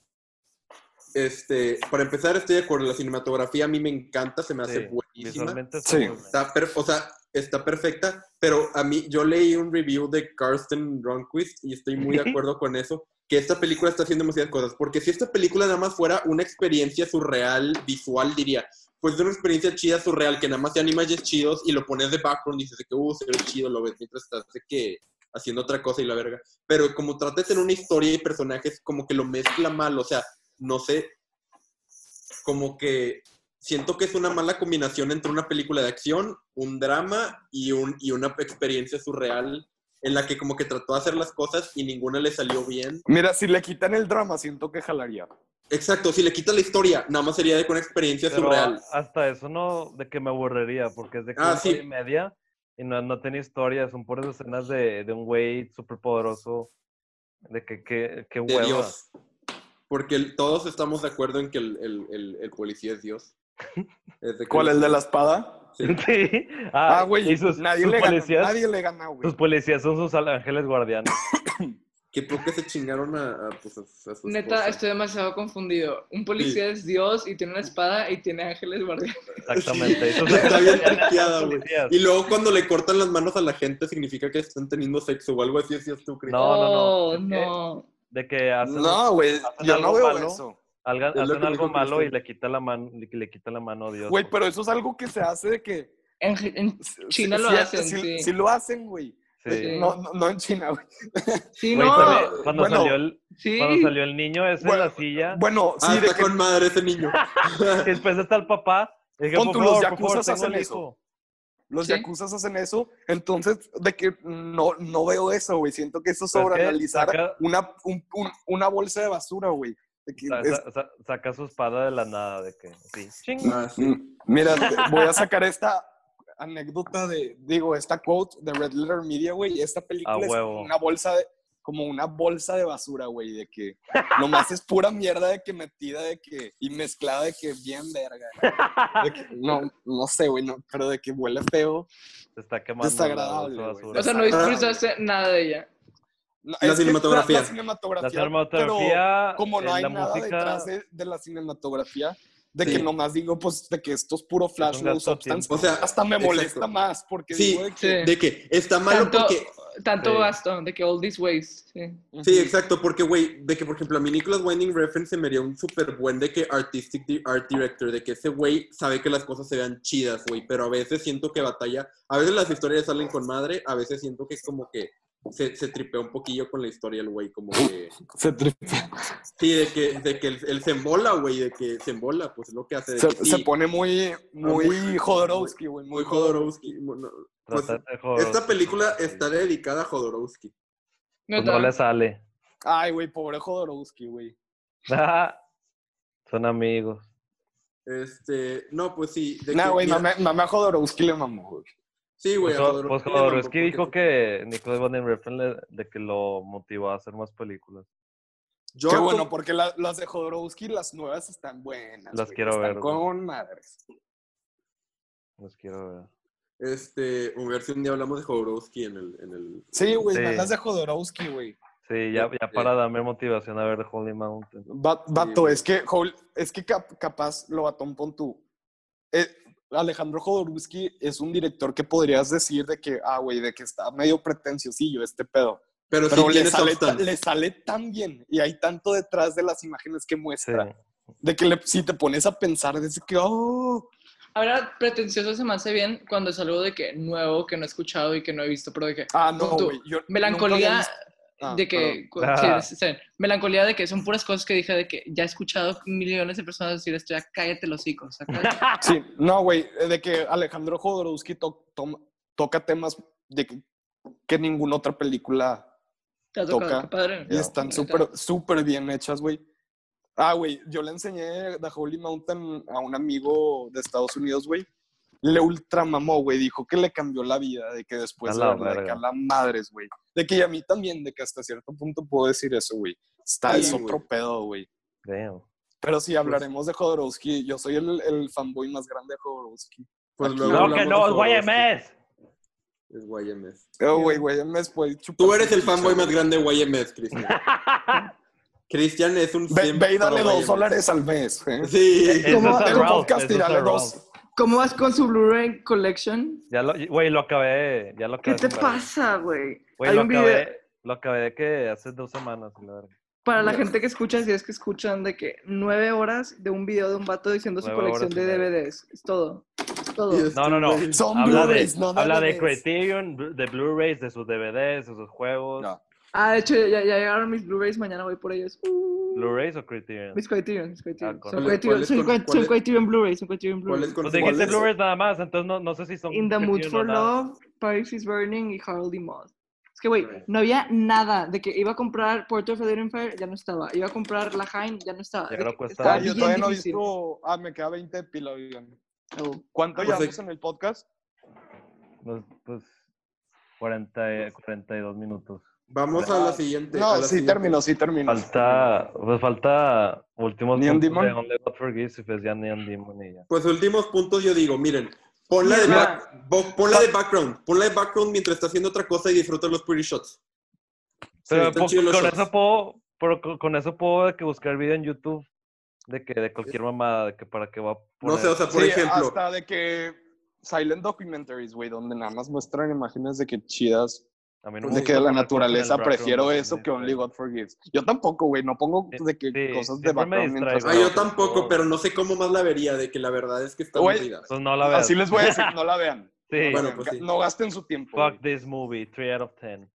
Speaker 1: Este, para empezar, estoy de acuerdo. La cinematografía a mí me encanta, se me hace
Speaker 3: Sí,
Speaker 1: buenísima.
Speaker 3: Visualmente está
Speaker 2: Sí.
Speaker 3: muy buena.
Speaker 1: Está per- o sea, está perfecta, pero a mí, yo leí un review de Karsten Ronquist y estoy muy de acuerdo con eso, que esta película está haciendo demasiadas cosas, porque si esta película nada más fuera una experiencia surreal visual, diría, pues es una experiencia chida surreal, que nada más te animas y es chidos y lo pones de background y dices de que, uh, se ve chido, lo ves mientras estás de que haciendo otra cosa y la verga. Pero como trata de tener una historia y personajes, como que lo mezcla mal, o sea, no sé, como que siento que es una mala combinación entre una película de acción, un drama y, un, y una experiencia surreal en la que como que trató de hacer las cosas y ninguna le salió bien.
Speaker 2: Mira, si le quitan el drama, siento que jalaría.
Speaker 1: Exacto, si le quitas la historia, nada más sería de que una experiencia
Speaker 3: Pero ah,
Speaker 1: surreal.
Speaker 3: hasta eso no, de que me aburriría, porque es de que
Speaker 1: Ah,
Speaker 3: una
Speaker 1: sí.
Speaker 3: hora y media y no, no tiene historia, son puras escenas de, de un güey súper poderoso, de que, que, que
Speaker 1: De
Speaker 3: hueva.
Speaker 1: Dios. Porque el- todos estamos de acuerdo en que el, el- el- el policía es Dios. Es de que-
Speaker 2: ¿Cuál, el de la espada?
Speaker 1: Sí.
Speaker 3: Sí.
Speaker 2: Ah, güey,
Speaker 3: y sus-
Speaker 2: nadie,
Speaker 3: sus
Speaker 2: le gana,
Speaker 3: policías-
Speaker 2: nadie le gana, güey.
Speaker 3: Sus policías son sus al- ángeles guardianes.
Speaker 1: Que creo que se chingaron a, a, pues, a- a sus
Speaker 4: Neta,
Speaker 1: cosas.
Speaker 4: estoy demasiado confundido. Un policía es Dios y tiene una espada y tiene ángeles guardianes.
Speaker 3: Exactamente. y sus
Speaker 1: Está bien
Speaker 3: ángeles guardianes son
Speaker 1: tripeada, güey.
Speaker 3: policías.
Speaker 1: Y luego cuando le cortan las manos a la gente significa que están teniendo sexo o algo así, así es tú, Chris. Ah,
Speaker 3: No, no, no. Es
Speaker 4: Oh,
Speaker 3: que-
Speaker 4: no.
Speaker 3: De que hacen,
Speaker 2: No, güey, yo
Speaker 3: algo
Speaker 2: no veo
Speaker 3: malo.
Speaker 2: eso.
Speaker 3: alga-
Speaker 1: es lo
Speaker 3: hacen
Speaker 1: que me
Speaker 3: algo
Speaker 1: dijo
Speaker 3: malo y
Speaker 1: Cristian.
Speaker 3: le quita la mano, le, le quita la mano a Dios.
Speaker 2: Güey,
Speaker 3: porque-
Speaker 2: pero eso es algo que se hace de que
Speaker 4: En, en China
Speaker 2: Sí,
Speaker 4: lo
Speaker 2: sí,
Speaker 4: hacen,
Speaker 2: sí,
Speaker 4: sí.
Speaker 2: sí lo hacen, güey.
Speaker 3: sí.
Speaker 4: Sí.
Speaker 2: No, no, no en China, güey.
Speaker 4: Sí,
Speaker 3: Güey,
Speaker 4: no.
Speaker 3: también, cuando,
Speaker 2: bueno,
Speaker 3: salió el,
Speaker 4: Sí.
Speaker 3: cuando salió el niño ese
Speaker 2: Bueno,
Speaker 3: en la silla,
Speaker 2: Bueno,
Speaker 1: Ah,
Speaker 2: sí, de
Speaker 1: está
Speaker 2: que
Speaker 1: con madre ese niño.
Speaker 3: y después está el papá. y dije,
Speaker 2: Pon
Speaker 3: por
Speaker 2: tú, los
Speaker 3: favor, por favor,
Speaker 2: yakuzas
Speaker 3: tengo el
Speaker 2: hacen eso.
Speaker 3: hijo.
Speaker 2: los
Speaker 4: Sí.
Speaker 2: yakuzas hacen eso, entonces de que no, no veo eso, güey. Siento que eso es
Speaker 3: Pero es que
Speaker 2: sobreanalizar
Speaker 3: saca-
Speaker 2: una, un- un- una bolsa de basura, güey. De que
Speaker 3: Sa-
Speaker 2: es-
Speaker 3: sa- sa- saca su espada de la nada, de que sí. Ching.
Speaker 1: Ah, sí.
Speaker 2: Mm, Mira, te- voy a sacar esta anécdota de, digo, esta quote de Red Letter Media, güey. Esta película
Speaker 3: A
Speaker 2: es
Speaker 3: huevo.
Speaker 2: como una bolsa de, como una bolsa de basura, güey, de que nomás es pura mierda de que metida de que y mezclada de que bien verga. De que, no, no sé, güey, no, pero de que huele feo.
Speaker 3: Se está quemando. la
Speaker 2: Desagradable,
Speaker 3: bolsa de
Speaker 2: güey.
Speaker 4: O sea, no
Speaker 1: Desagradable.
Speaker 4: disfrutaste nada de ella.
Speaker 2: No,
Speaker 1: La
Speaker 2: es que
Speaker 1: cinematografía.
Speaker 2: La, la cinematografía.
Speaker 3: la
Speaker 2: Pero
Speaker 3: cinematografía,
Speaker 2: como no
Speaker 3: eh,
Speaker 2: hay
Speaker 3: la
Speaker 2: nada
Speaker 3: música,
Speaker 2: detrás de, de la cinematografía, de
Speaker 1: Sí.
Speaker 2: que nomás digo, pues, de que esto es puro
Speaker 3: Es
Speaker 2: flash,
Speaker 3: un
Speaker 2: no
Speaker 3: gasto de
Speaker 2: substance.
Speaker 1: O sea,
Speaker 2: Hasta me
Speaker 1: Exacto.
Speaker 2: molesta más porque
Speaker 1: Sí,
Speaker 2: digo de que-
Speaker 4: Sí.
Speaker 1: de que está malo
Speaker 4: Tanto-
Speaker 1: porque...
Speaker 4: Tanto
Speaker 3: Sí. Pues
Speaker 4: gasto de que all these ways. Sí.
Speaker 1: Sí, exacto, porque, güey, de que, por ejemplo, a mí Nicholas Winding Refn se me haría un súper buen de que artistic di- art director, de que ese güey sabe que las cosas se vean chidas, güey, pero a veces siento que batalla, a veces las historias salen con madre, a veces siento que es como que se, se tripea un poquillo con la historia el güey, como que...
Speaker 2: Se, tri-
Speaker 1: Sí, de que, de que él, él se embola, güey, de que se embola, pues es lo que hace. De
Speaker 2: se-
Speaker 1: que, sí,
Speaker 2: se pone muy, muy Jodorowsky, güey.
Speaker 1: muy
Speaker 2: Muy Jodorowsky.
Speaker 1: Jodorowsky. bueno, pues,
Speaker 3: trata de
Speaker 1: esta
Speaker 3: joder,
Speaker 1: película está dedicada a Jodorowsky.
Speaker 4: No,
Speaker 3: pues no le sale.
Speaker 2: Ay, güey, pobre Jodorowsky, güey.
Speaker 3: Son amigos.
Speaker 1: Este, no, pues sí. de
Speaker 2: Nah,
Speaker 1: que-
Speaker 2: güey,
Speaker 1: mira-
Speaker 2: mamá, mamá a Jodorowsky le mamó, güey.
Speaker 1: Sí, güey.
Speaker 3: Pues,
Speaker 1: a
Speaker 3: jo- pues
Speaker 1: le
Speaker 3: Jodorowsky
Speaker 1: mamó
Speaker 3: dijo
Speaker 1: porque-
Speaker 3: que Nicholas Winding Refn le- de que lo motivó a hacer más películas.
Speaker 1: Yo,
Speaker 2: Qué
Speaker 1: como-
Speaker 2: bueno, porque la- las de Jodorowsky, las nuevas están buenas.
Speaker 3: Las
Speaker 2: güey,
Speaker 3: quiero
Speaker 2: están
Speaker 3: ver, güey.
Speaker 2: Con madres.
Speaker 3: Los quiero ver.
Speaker 1: Este, a ver si un día hablamos de Jodorowsky en el... En el...
Speaker 2: Sí, güey,
Speaker 3: Sí.
Speaker 2: más las de Jodorowsky, güey.
Speaker 3: Sí, ya, ya
Speaker 1: Sí.
Speaker 3: para darme motivación a ver Holy Mountain.
Speaker 2: Va- Vato,
Speaker 1: güey.
Speaker 2: es que, Hol- es que cap- capaz lo batón pon tú. Eh, Alejandro Jodorowsky es un director que podrías decir de que, ah, güey, de que está medio pretenciosillo este pedo.
Speaker 1: Pero,
Speaker 2: Pero
Speaker 1: sí
Speaker 2: le,
Speaker 1: tiene
Speaker 2: sale, ta-
Speaker 1: substance.
Speaker 2: le sale tan bien. Y hay tanto detrás de las imágenes que
Speaker 3: Sí.
Speaker 2: muestra. De que le- si te pones a pensar, desde que, oh,
Speaker 6: Ahora, pretencioso se me hace bien cuando es algo de que nuevo, que no he escuchado y que no he visto, pero de que...
Speaker 2: ah, no,
Speaker 6: Pon tú,
Speaker 2: güey. yo nunca había
Speaker 6: Melancolía
Speaker 2: visto- Ah,
Speaker 6: de
Speaker 2: perdón.
Speaker 6: que... cu-
Speaker 3: Ah.
Speaker 6: sí, sí, sí. melancolía de que son puras cosas que dije de que ya he escuchado millones de personas decir esto, ya cállate los hijos. Ah.
Speaker 2: Sí, no, güey, de que Alejandro Jodorowsky to- toma- toca temas de que, que ninguna otra película
Speaker 6: Te ha tocado,
Speaker 2: Toca.
Speaker 6: qué padre.
Speaker 2: y están súper, súper bien hechas, güey. Ah, güey, yo le enseñé The Holy Mountain a un amigo de Estados Unidos, güey. Le ultramamó, güey. Dijo que le cambió la vida, de que después
Speaker 3: A
Speaker 2: de
Speaker 3: la
Speaker 2: verla, de que
Speaker 3: verga.
Speaker 2: a la madres, güey. De que y a mí también, de que hasta cierto punto puedo decir eso, güey. Está
Speaker 1: Ay,
Speaker 2: es
Speaker 1: güey. Pues
Speaker 2: otro pedo, güey.
Speaker 3: Damn.
Speaker 2: Pero sí, hablaremos de Jodorowsky. Yo soy el, el fanboy más grande de Jodorowsky.
Speaker 1: Pues
Speaker 2: Aquí
Speaker 1: luego
Speaker 3: No,
Speaker 1: hablamos
Speaker 3: que
Speaker 1: de
Speaker 3: no,
Speaker 1: Jodorowsky.
Speaker 3: güey, mes.
Speaker 1: Es YMS.
Speaker 2: Oh, güey, güey, me puede chupar
Speaker 1: Tú eres
Speaker 2: su
Speaker 1: el
Speaker 2: chicha,
Speaker 1: fanboy
Speaker 2: güey.
Speaker 1: más grande de YMS, Cristian. Cristian es un
Speaker 2: Ve,
Speaker 1: simp
Speaker 2: ve y
Speaker 1: para
Speaker 2: dale dos
Speaker 1: YMS.
Speaker 2: dólares al mes. ¿eh?
Speaker 1: Sí.
Speaker 3: Eso
Speaker 4: ¿Cómo?
Speaker 3: está
Speaker 2: Del
Speaker 3: Ralph,
Speaker 2: podcast
Speaker 3: eso
Speaker 2: y
Speaker 3: está
Speaker 2: dale
Speaker 3: Ralph.
Speaker 2: dos.
Speaker 4: ¿Cómo vas con su Blu-ray Collection?
Speaker 3: Ya lo, güey, lo acabé, ya lo
Speaker 4: ¿Qué
Speaker 3: acabé.
Speaker 4: te
Speaker 3: de comprar.
Speaker 4: pasa, güey?
Speaker 3: Güey,
Speaker 4: Hay
Speaker 3: lo
Speaker 4: un video...
Speaker 3: acabé, lo acabé de que hace dos semanas. la verga.
Speaker 4: Para la gente que escucha, si es que escuchan de que nueve horas de un video de un vato diciendo su
Speaker 3: Nueve
Speaker 4: colección
Speaker 3: horas
Speaker 4: de
Speaker 3: y media.
Speaker 4: DVDs. Es todo. Es todo.
Speaker 2: este
Speaker 1: Yes,
Speaker 3: No, no, no.
Speaker 1: güey.
Speaker 2: Son
Speaker 3: Habla de,
Speaker 2: Blu-rays, no
Speaker 3: habla de
Speaker 2: DVDs.
Speaker 3: Criterion, bl- de Blu-rays, de sus DVDs, de sus juegos.
Speaker 2: No.
Speaker 4: Ah, de hecho, ya, ya llegaron mis Blu-rays. Mañana voy por ellos. Uh,
Speaker 3: ¿Blu-rays o
Speaker 2: Pues,
Speaker 3: Criterion?
Speaker 4: mis Criterion, mis Criterion.
Speaker 3: Ah, con-
Speaker 4: son
Speaker 1: ¿Cuál es-
Speaker 4: Criterion,
Speaker 1: cuál es
Speaker 4: son
Speaker 1: con-
Speaker 4: Cri-
Speaker 1: cuál
Speaker 4: son
Speaker 1: es-
Speaker 4: Criterion Blueray, son Criterion
Speaker 1: ¿Cuál es
Speaker 4: Blu-ray.
Speaker 1: con
Speaker 3: Pues dijiste
Speaker 1: cuál es-
Speaker 3: Blu-rays nada más, entonces no, no sé si son.
Speaker 4: In the Mood
Speaker 3: Criterion
Speaker 4: for
Speaker 3: o nada.
Speaker 4: Love, Paris is Burning y Harold y Moth. Es que, güey,
Speaker 1: Right.
Speaker 4: no había nada de que iba a comprar Port of the Fire, ya no estaba. Iba a comprar La Haine, ya no estaba.
Speaker 3: Ya
Speaker 4: De
Speaker 3: no
Speaker 4: que
Speaker 3: cuesta.
Speaker 4: estaba
Speaker 2: Ah, yo
Speaker 4: bien
Speaker 2: todavía no he
Speaker 4: difícil.
Speaker 2: visto. Ah, me queda 20 de pila, oigan.
Speaker 4: Oh.
Speaker 2: ¿Cuánto
Speaker 1: Pues,
Speaker 2: llevamos
Speaker 1: eh,
Speaker 2: en el podcast?
Speaker 3: Pues, pues 40, y-
Speaker 2: Pues,
Speaker 3: 42 minutos.
Speaker 1: Vamos a la siguiente. a
Speaker 2: Ah, No,
Speaker 1: la
Speaker 2: sí
Speaker 1: siguiente.
Speaker 2: terminó, sí terminó.
Speaker 3: Falta, pues falta últimos
Speaker 2: Neon
Speaker 3: puntos de
Speaker 2: Demon.
Speaker 3: Only God Forgives If es ya Neon Demon y ya.
Speaker 1: Pues últimos puntos yo digo, miren, ponla de,
Speaker 4: Mierda.
Speaker 1: back- bo- ponla de background, ponla de background mientras está haciendo otra cosa y disfruta los pretty shots.
Speaker 3: Pero
Speaker 1: están
Speaker 3: po-
Speaker 1: chidos los
Speaker 3: con
Speaker 1: shots.
Speaker 3: eso puedo, pero co- con eso puedo de que buscar video en YouTube de que de cualquier mamada, de que para que va a
Speaker 1: No
Speaker 3: poner-
Speaker 1: sé, o sea, por
Speaker 2: sí,
Speaker 1: ejemplo,
Speaker 2: hasta de que Silent Documentaries, güey, donde nada más muestran imágenes de que chidas,
Speaker 3: a mí no me
Speaker 2: pues, de que
Speaker 3: gusta
Speaker 2: de la
Speaker 3: poner cosas en el
Speaker 2: naturaleza,
Speaker 3: background,
Speaker 2: prefiero
Speaker 3: me
Speaker 2: eso que Only
Speaker 3: distrae.
Speaker 2: God Forgives. Yo tampoco, güey, no pongo
Speaker 3: Sí,
Speaker 2: de que
Speaker 3: sí,
Speaker 2: cosas de
Speaker 3: siempre me
Speaker 2: background
Speaker 3: distraigo.
Speaker 2: mientras
Speaker 1: ah,
Speaker 3: Ay,
Speaker 2: trabajo.
Speaker 1: yo tampoco, pero no sé cómo más la vería, de que la verdad es que está
Speaker 2: Güey,
Speaker 1: aburrida.
Speaker 3: Pues no la veas.
Speaker 2: Así les voy a decir, no la vean.
Speaker 3: Sí,
Speaker 1: Bueno, pues sí.
Speaker 2: No gasten su tiempo.
Speaker 3: fuck
Speaker 2: güey.
Speaker 3: this movie, 3 out of 10.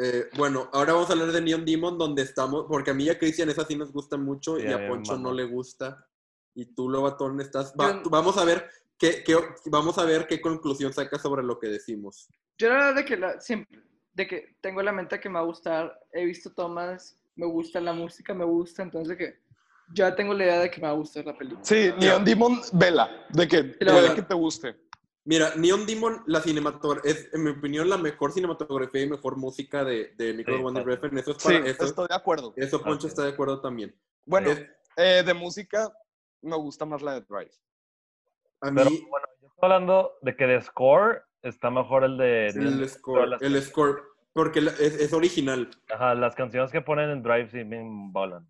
Speaker 1: Eh, bueno, ahora vamos a hablar de Neon Demon, donde estamos, porque a mí y a Cristian esa sí nos gusta mucho
Speaker 3: Sí,
Speaker 1: y
Speaker 3: a
Speaker 1: a
Speaker 3: mí me
Speaker 1: Poncho no
Speaker 3: mama.
Speaker 1: le gusta. Y tú, Lobatón, estás... va-
Speaker 4: Yo-
Speaker 1: tú- vamos a ver qué, qué- vamos a ver qué conclusión sacas sobre lo que decimos.
Speaker 4: Yo la verdad de que, la- siempre, de que tengo la mente que me va a gustar, he visto tomas, me gusta la música, me gusta, entonces de que ya tengo la idea de que me va a gustar la película.
Speaker 2: Sí, Neon Demon, vela. De que
Speaker 4: la
Speaker 2: puede
Speaker 1: veo.
Speaker 2: que te guste.
Speaker 1: Mira, Neon Demon, la cinematografía, es, en mi opinión, la mejor cinematografía y mejor música de, de Nicholas
Speaker 3: Sí,
Speaker 1: Winding
Speaker 3: fácil.
Speaker 1: Refn. Eso es
Speaker 2: Sí,
Speaker 1: para eso,
Speaker 2: estoy de acuerdo.
Speaker 1: eso Poncho
Speaker 3: Fácil.
Speaker 1: está de acuerdo también.
Speaker 2: Bueno,
Speaker 1: Es-
Speaker 2: eh, de música me gusta más la de Drive.
Speaker 1: a
Speaker 3: Pero
Speaker 1: mí,
Speaker 3: bueno, yo estoy hablando de que de score está mejor el de.
Speaker 1: el
Speaker 3: todas
Speaker 1: score,
Speaker 3: las-
Speaker 1: el score, porque la- es, es original.
Speaker 3: Ajá, las canciones que ponen en Drive sí me embolan.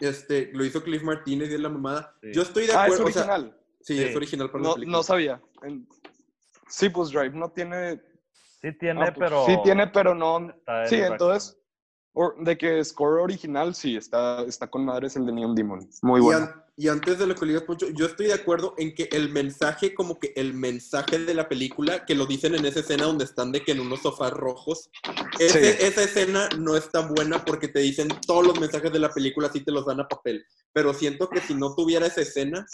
Speaker 1: Este, lo hizo Cliff Martínez y es la mamada.
Speaker 3: Sí.
Speaker 1: Yo estoy de
Speaker 2: Ah, es
Speaker 1: acuerdo. o sea,
Speaker 2: original.
Speaker 1: sí,
Speaker 3: Sí.
Speaker 1: es original para la
Speaker 2: no,
Speaker 1: película.
Speaker 2: no sabía. En- Sí, pues Drive no tiene.
Speaker 3: Sí tiene,
Speaker 2: ah, pues,
Speaker 3: pero.
Speaker 2: Sí tiene, pero no.
Speaker 3: está en
Speaker 2: Sí,
Speaker 3: el
Speaker 2: entonces. or- de que score original, sí, está, está con madres el de Neon Demon. Muy
Speaker 1: y,
Speaker 2: bueno.
Speaker 1: an- y antes de lo que le digas, Poncho, yo estoy de acuerdo en que el mensaje, como que el mensaje de la película, que lo dicen en esa escena donde están de que en unos sofás rojos, ese-
Speaker 2: Sí.
Speaker 1: esa escena no está buena porque te dicen todos los mensajes de la película, así te los dan a papel. Pero siento que si no tuviera esa escena,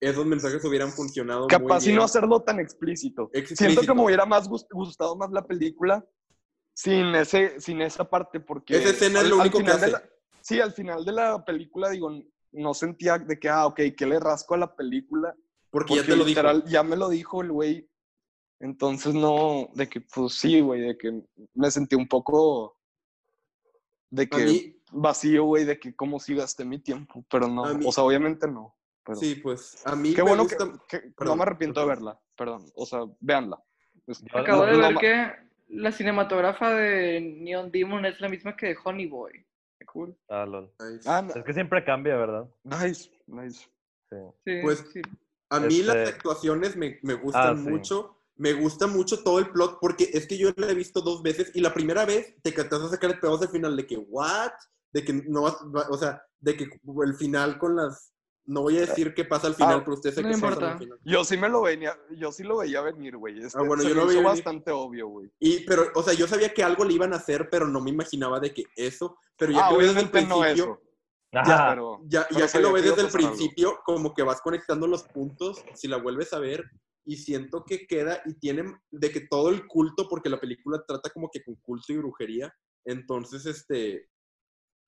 Speaker 1: esos mensajes hubieran funcionado
Speaker 2: Capaz
Speaker 1: muy
Speaker 2: y
Speaker 1: bien.
Speaker 2: no hacerlo tan explícito. Siento
Speaker 1: Explícito.
Speaker 2: que me hubiera más gust- gustado más la película sin, ese, sin esa parte, porque.
Speaker 1: Esa escena es
Speaker 2: al-
Speaker 1: lo
Speaker 2: al
Speaker 1: único que
Speaker 2: final de
Speaker 1: hace.
Speaker 2: la- sí, al final de la película, digo, no sentía de que, ah, ok, que le rasco a la película.
Speaker 1: Porque, ya
Speaker 2: Porque
Speaker 1: te lo
Speaker 2: literal,
Speaker 1: dijo.
Speaker 2: ya me lo dijo el güey. Entonces no, de que pues sí, güey, de que me sentí un poco de
Speaker 1: A
Speaker 2: que
Speaker 1: mí-
Speaker 2: vacío, güey, de que cómo sí gasté mi tiempo, pero no,
Speaker 1: A mí-
Speaker 2: o sea, obviamente no. Pero
Speaker 1: Sí, pues a mí
Speaker 2: qué
Speaker 1: me
Speaker 2: bueno
Speaker 1: gusta.
Speaker 2: que, que no
Speaker 1: perdón,
Speaker 2: me arrepiento de
Speaker 1: perdón.
Speaker 2: verla, perdón, o sea, véanla. Es-
Speaker 3: Yo-
Speaker 4: Acabo de
Speaker 2: no
Speaker 4: ver
Speaker 2: ma-
Speaker 4: que la cinematógrafa de Neon Demon es la misma que de Honey Boy. Qué cool.
Speaker 3: Ah, lol.
Speaker 2: Ah,
Speaker 3: Es que siempre cambia, ¿verdad?
Speaker 2: nice, nice.
Speaker 3: Sí.
Speaker 4: Sí,
Speaker 1: Pues,
Speaker 4: sí.
Speaker 1: A mí las
Speaker 3: Este-
Speaker 1: actuaciones me, me gustan
Speaker 3: Ah, sí.
Speaker 1: mucho. me gusta mucho todo el plot porque es que yo la he visto dos veces y la primera vez te cantas a sacar el pedazo al final de que, ¿what? De que no vas, va- o sea, de que el final con las. No voy a decir qué pasa al final,
Speaker 2: Ah,
Speaker 1: pero ustedes
Speaker 4: no
Speaker 1: qué pasa
Speaker 4: importa.
Speaker 1: al final.
Speaker 2: Yo sí me lo venía, yo sí lo veía venir, güey. Este,
Speaker 1: Ah, bueno,
Speaker 2: se
Speaker 1: yo
Speaker 2: me
Speaker 1: lo
Speaker 2: hizo
Speaker 1: veía venir.
Speaker 2: bastante obvio, güey.
Speaker 1: Y, pero, o sea, yo sabía que algo le iban a hacer, pero no me imaginaba de que eso. Pero ya
Speaker 2: Ah,
Speaker 1: que lo ves desde el
Speaker 2: obviamente no
Speaker 1: principio,
Speaker 2: eso.
Speaker 3: Ajá.
Speaker 2: pero
Speaker 1: ya,
Speaker 2: pero
Speaker 1: ya que
Speaker 2: sabía
Speaker 1: lo ves
Speaker 2: que iba
Speaker 1: desde
Speaker 2: a
Speaker 1: el
Speaker 2: pasar algo.
Speaker 1: principio, como que vas conectando los puntos, si la vuelves a ver, y siento que queda, y tiene de que todo el culto, porque la película trata como que con culto y brujería, entonces este,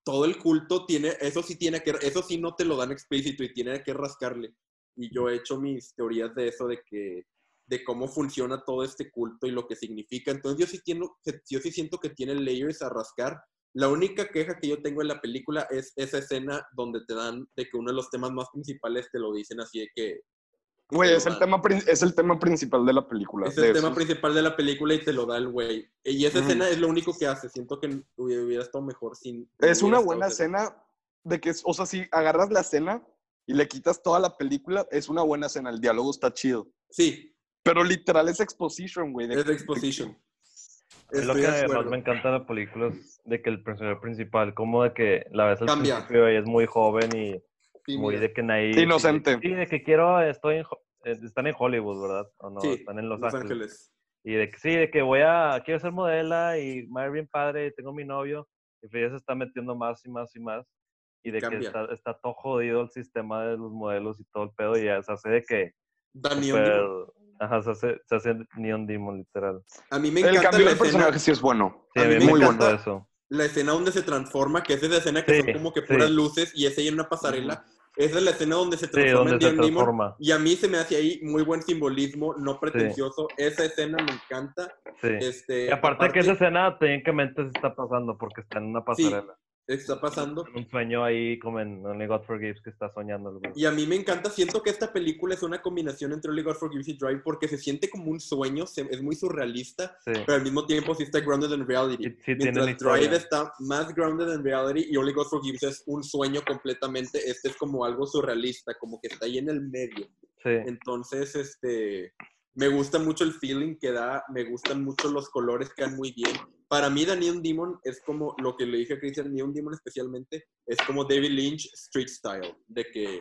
Speaker 1: todo el culto tiene, eso sí tiene que, eso sí no te lo dan explícito y tiene que rascarle. Y yo he hecho mis teorías de eso, de que, de cómo funciona todo este culto y lo que significa. Entonces yo sí, tiendo- yo sí siento que tiene layers a rascar. La única queja que yo tengo en la película es esa escena donde te dan de que uno de los temas más principales te lo dicen así de que
Speaker 2: Güey, es el,
Speaker 1: Pero-
Speaker 2: tema, prin- es el tema principal de la película.
Speaker 1: es
Speaker 2: de
Speaker 1: el tema
Speaker 2: esos.
Speaker 1: principal de la película y te lo da el güey. Y esa
Speaker 2: Ujú.
Speaker 1: escena es lo único que hace. Siento que hubiera hubiera estado mejor sin...
Speaker 2: Es
Speaker 1: hubiera
Speaker 2: una
Speaker 1: estado
Speaker 2: buena
Speaker 1: esa
Speaker 2: escena de que, es- o sea, si agarras la escena y le quitas toda la película, es una buena escena, el diálogo está chido.
Speaker 1: Sí,
Speaker 2: Pero literal es exposition, güey. de-
Speaker 1: es de exposition.
Speaker 3: Es lo
Speaker 1: Estoy
Speaker 3: que
Speaker 1: de
Speaker 3: más
Speaker 1: acuerdo.
Speaker 3: me encanta de la película es de que el personaje principal, como de que la ves al
Speaker 1: Cambia.
Speaker 3: principio y es muy joven y
Speaker 1: Sí,
Speaker 3: muy
Speaker 1: mira.
Speaker 3: de que naí.
Speaker 2: Inocente.
Speaker 3: Sí, de que quiero, estoy en, Ho- eh, están en Hollywood, ¿verdad? O no,
Speaker 1: Sí,
Speaker 3: están en Los,
Speaker 1: Los
Speaker 3: Ángeles.
Speaker 1: Ángeles.
Speaker 3: Y de que sí, de que voy a, quiero ser modela y me va a ir bien padre, tengo mi novio. Y pues ya se está metiendo más y más y más. Y de que
Speaker 1: Cambia.
Speaker 3: está, está todo jodido el sistema de los modelos y todo el pedo. Y ya se hace de que...
Speaker 1: Daniel,
Speaker 3: super- ajá, se hace, se hace Neon Demon, literal.
Speaker 1: a mí me
Speaker 2: el
Speaker 1: encanta
Speaker 2: cambio
Speaker 1: la
Speaker 2: del
Speaker 1: escena,
Speaker 2: personaje sí es bueno.
Speaker 3: Sí,
Speaker 1: A
Speaker 3: a
Speaker 1: mí
Speaker 3: mí
Speaker 1: me
Speaker 3: me
Speaker 2: Muy
Speaker 3: encantó
Speaker 1: encanta-
Speaker 3: eso.
Speaker 1: la escena donde se transforma, que es esa escena que
Speaker 3: Sí,
Speaker 1: son como que
Speaker 3: sí.
Speaker 1: puras luces y es ella en una pasarela. Esa es la escena donde se transforma
Speaker 3: donde
Speaker 1: en
Speaker 3: se
Speaker 1: Neon Demon.
Speaker 3: transforma.
Speaker 1: Y a mí se me hace ahí muy buen simbolismo, no pretencioso. Esa escena me encanta.
Speaker 3: Sí.
Speaker 1: Este,
Speaker 3: Y aparte, que esa escena técnicamente se está pasando porque está en una pasarela.
Speaker 1: está pasando.
Speaker 3: En un sueño ahí como en Only God Forgives que está soñando. el güey.
Speaker 1: Y a mí me encanta, siento que esta película es una combinación entre Only God Forgives y Drive porque se siente como un sueño, se- es muy surrealista,
Speaker 3: Sí.
Speaker 1: pero al mismo tiempo sí está grounded in reality.
Speaker 3: Sí, sí tiene
Speaker 1: Mientras
Speaker 3: una historia.
Speaker 1: Drive está más grounded in reality y Only God Forgives es un sueño completamente, este es como algo surrealista, como que está ahí en el medio.
Speaker 3: Sí.
Speaker 1: Entonces, este, me gusta mucho el feeling que da, me gustan mucho los colores, que dan muy bien. Para mí, The Neon Demon es como lo que le dije a Christian, Neon Demon especialmente, es como David Lynch Street Style, de que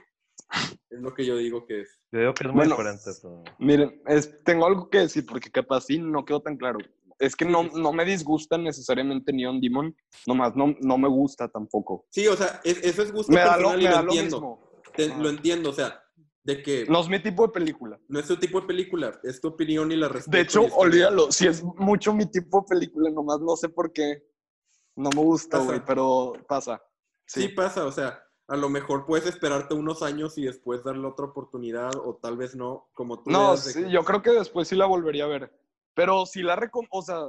Speaker 1: es lo que yo digo que es.
Speaker 3: Yo digo que es muy
Speaker 2: Bueno.
Speaker 3: diferente. pero-
Speaker 2: Miren, es- tengo algo que decir porque capaz sí no quedó tan claro. Es que no, no me disgusta necesariamente Neon Demon, nomás no, no me gusta tampoco.
Speaker 1: Sí, o sea, es- eso es gusto
Speaker 2: Me da lo,
Speaker 1: personal
Speaker 2: me
Speaker 1: y lo
Speaker 2: da lo
Speaker 1: entiendo.
Speaker 2: mismo.
Speaker 1: Te-
Speaker 2: Ajá.
Speaker 1: lo entiendo, o sea, de que no,
Speaker 2: No es mi tipo de película.
Speaker 1: es tu tipo de película, es tu opinión y la respeto. y
Speaker 2: De hecho,
Speaker 1: está bien.
Speaker 2: olvídalo, si es mucho mi tipo de película, nomás no sé por qué. No me gusta,
Speaker 1: Pasa.
Speaker 2: güey, pero pasa.
Speaker 1: Sí.
Speaker 2: Sí.
Speaker 1: pasa, o sea, a lo mejor puedes esperarte unos años y después darle otra oportunidad o tal vez no, como tú
Speaker 2: No,
Speaker 1: veas de
Speaker 2: sí,
Speaker 1: que-
Speaker 2: yo creo que después sí la volvería a ver. Pero si la recom... O sea,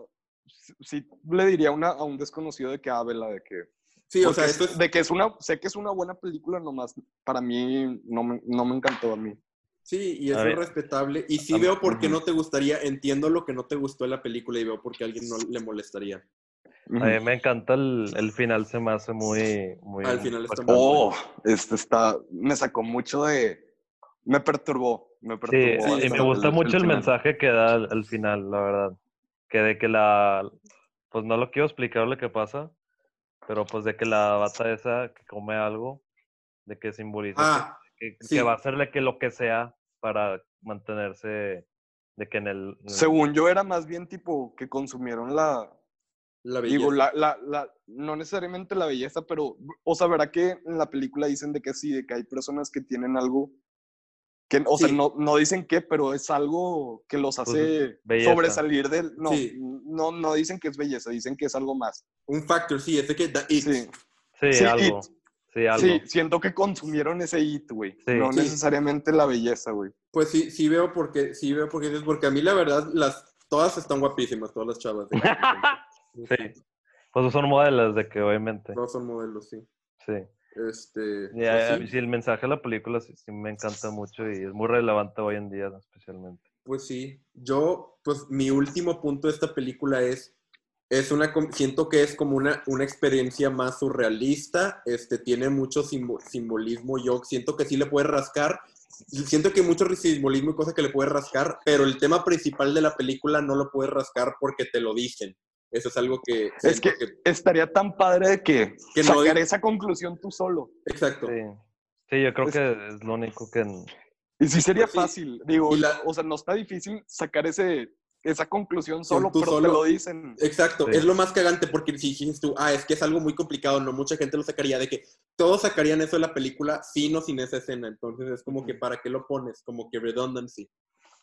Speaker 2: sí, sí le diría una, a un desconocido de que hábela, de que...
Speaker 1: Sí, o
Speaker 2: porque
Speaker 1: sea,
Speaker 2: es-
Speaker 1: esto es,
Speaker 2: De que es una... Sé que es una buena película, nomás para mí no me, no me encantó a mí.
Speaker 1: Sí, y eso es
Speaker 3: A ver.
Speaker 1: respetable. Y sí
Speaker 3: A-
Speaker 1: veo por qué
Speaker 3: ujú.
Speaker 1: no te gustaría, entiendo lo que no te gustó de la película y veo por qué a alguien no le molestaría.
Speaker 3: A mí Eh, me encanta el, el final, se me hace muy... muy
Speaker 1: Al final está
Speaker 3: muy-
Speaker 2: Oh, este está... Me sacó mucho de... Me perturbó, me
Speaker 3: Sí,
Speaker 2: perturbó.
Speaker 1: sí,
Speaker 3: y
Speaker 2: hasta
Speaker 3: me gusta
Speaker 2: el-
Speaker 3: mucho el,
Speaker 2: final.
Speaker 3: mensaje que da al, al final, la verdad. Que de que la. Pues no lo quiero explicar lo que pasa, pero pues de que la bata esa que come algo, de que simboliza
Speaker 1: Ah,
Speaker 3: que, que
Speaker 1: sí.
Speaker 3: va a hacerle que lo que sea para mantenerse de que en el. en el-
Speaker 2: Según yo era más bien tipo que consumieron la,
Speaker 1: la belleza.
Speaker 2: digo, la, la, la, no necesariamente la belleza, pero, o sea, verá que en la película dicen de que sí, de que hay personas que tienen algo, que, o sea,
Speaker 1: Sí.
Speaker 2: no, no dicen qué, pero es algo que los hace
Speaker 3: belleza.
Speaker 2: sobresalir del, no,
Speaker 1: Sí.
Speaker 2: no, no dicen que es belleza, dicen que es algo más.
Speaker 1: Un factor, sí, es de que da it.
Speaker 2: Sí,
Speaker 3: Sí,
Speaker 2: sí,
Speaker 3: algo.
Speaker 2: it.
Speaker 3: Sí, algo.
Speaker 2: sí, siento que consumieron ese hit, güey,
Speaker 3: Sí.
Speaker 2: no
Speaker 1: Sí.
Speaker 2: necesariamente la belleza, güey.
Speaker 1: Pues sí, sí veo por qué, sí veo por qué dices, porque a mí la verdad, las, todas están guapísimas, todas las chavas. de que-
Speaker 3: Sí. Pues son modelos de que obviamente.
Speaker 1: No son modelos, sí.
Speaker 3: Sí.
Speaker 1: Este,
Speaker 3: Y a- a
Speaker 1: pues,
Speaker 3: mí
Speaker 1: sí,
Speaker 3: sí, el mensaje de la película sí, sí me encanta mucho y es muy relevante hoy en día, especialmente.
Speaker 1: pues sí. Yo, pues mi último punto de esta película es es una com- siento que es como una, una experiencia más surrealista este tiene mucho simbo- simbolismo yo siento que sí le puede rascar siento que hay mucho simbolismo y cosas que le puedes rascar, pero el tema principal de la película no lo puedes rascar porque te lo dicen. Eso es algo que...
Speaker 2: Es
Speaker 1: siento
Speaker 2: que, estaría tan padre de que,
Speaker 1: Que no
Speaker 2: sacar
Speaker 1: diga-
Speaker 2: esa conclusión tú solo.
Speaker 1: Exacto.
Speaker 3: Sí. Sí, yo creo que es lo único que...
Speaker 2: Y sí sería
Speaker 1: Pues sí.
Speaker 2: fácil, digo,
Speaker 1: Y la-
Speaker 2: o sea, no está difícil sacar ese, esa conclusión solo,
Speaker 1: tú
Speaker 2: pero
Speaker 1: solo.
Speaker 2: te lo dicen.
Speaker 1: Exacto,
Speaker 3: Sí.
Speaker 1: es lo más cagante porque si dices tú, ah, es que es algo muy complicado, no mucha gente lo sacaría, de que todos sacarían eso de la película sin o sin esa escena, entonces es como que para qué lo pones, como que redundancy.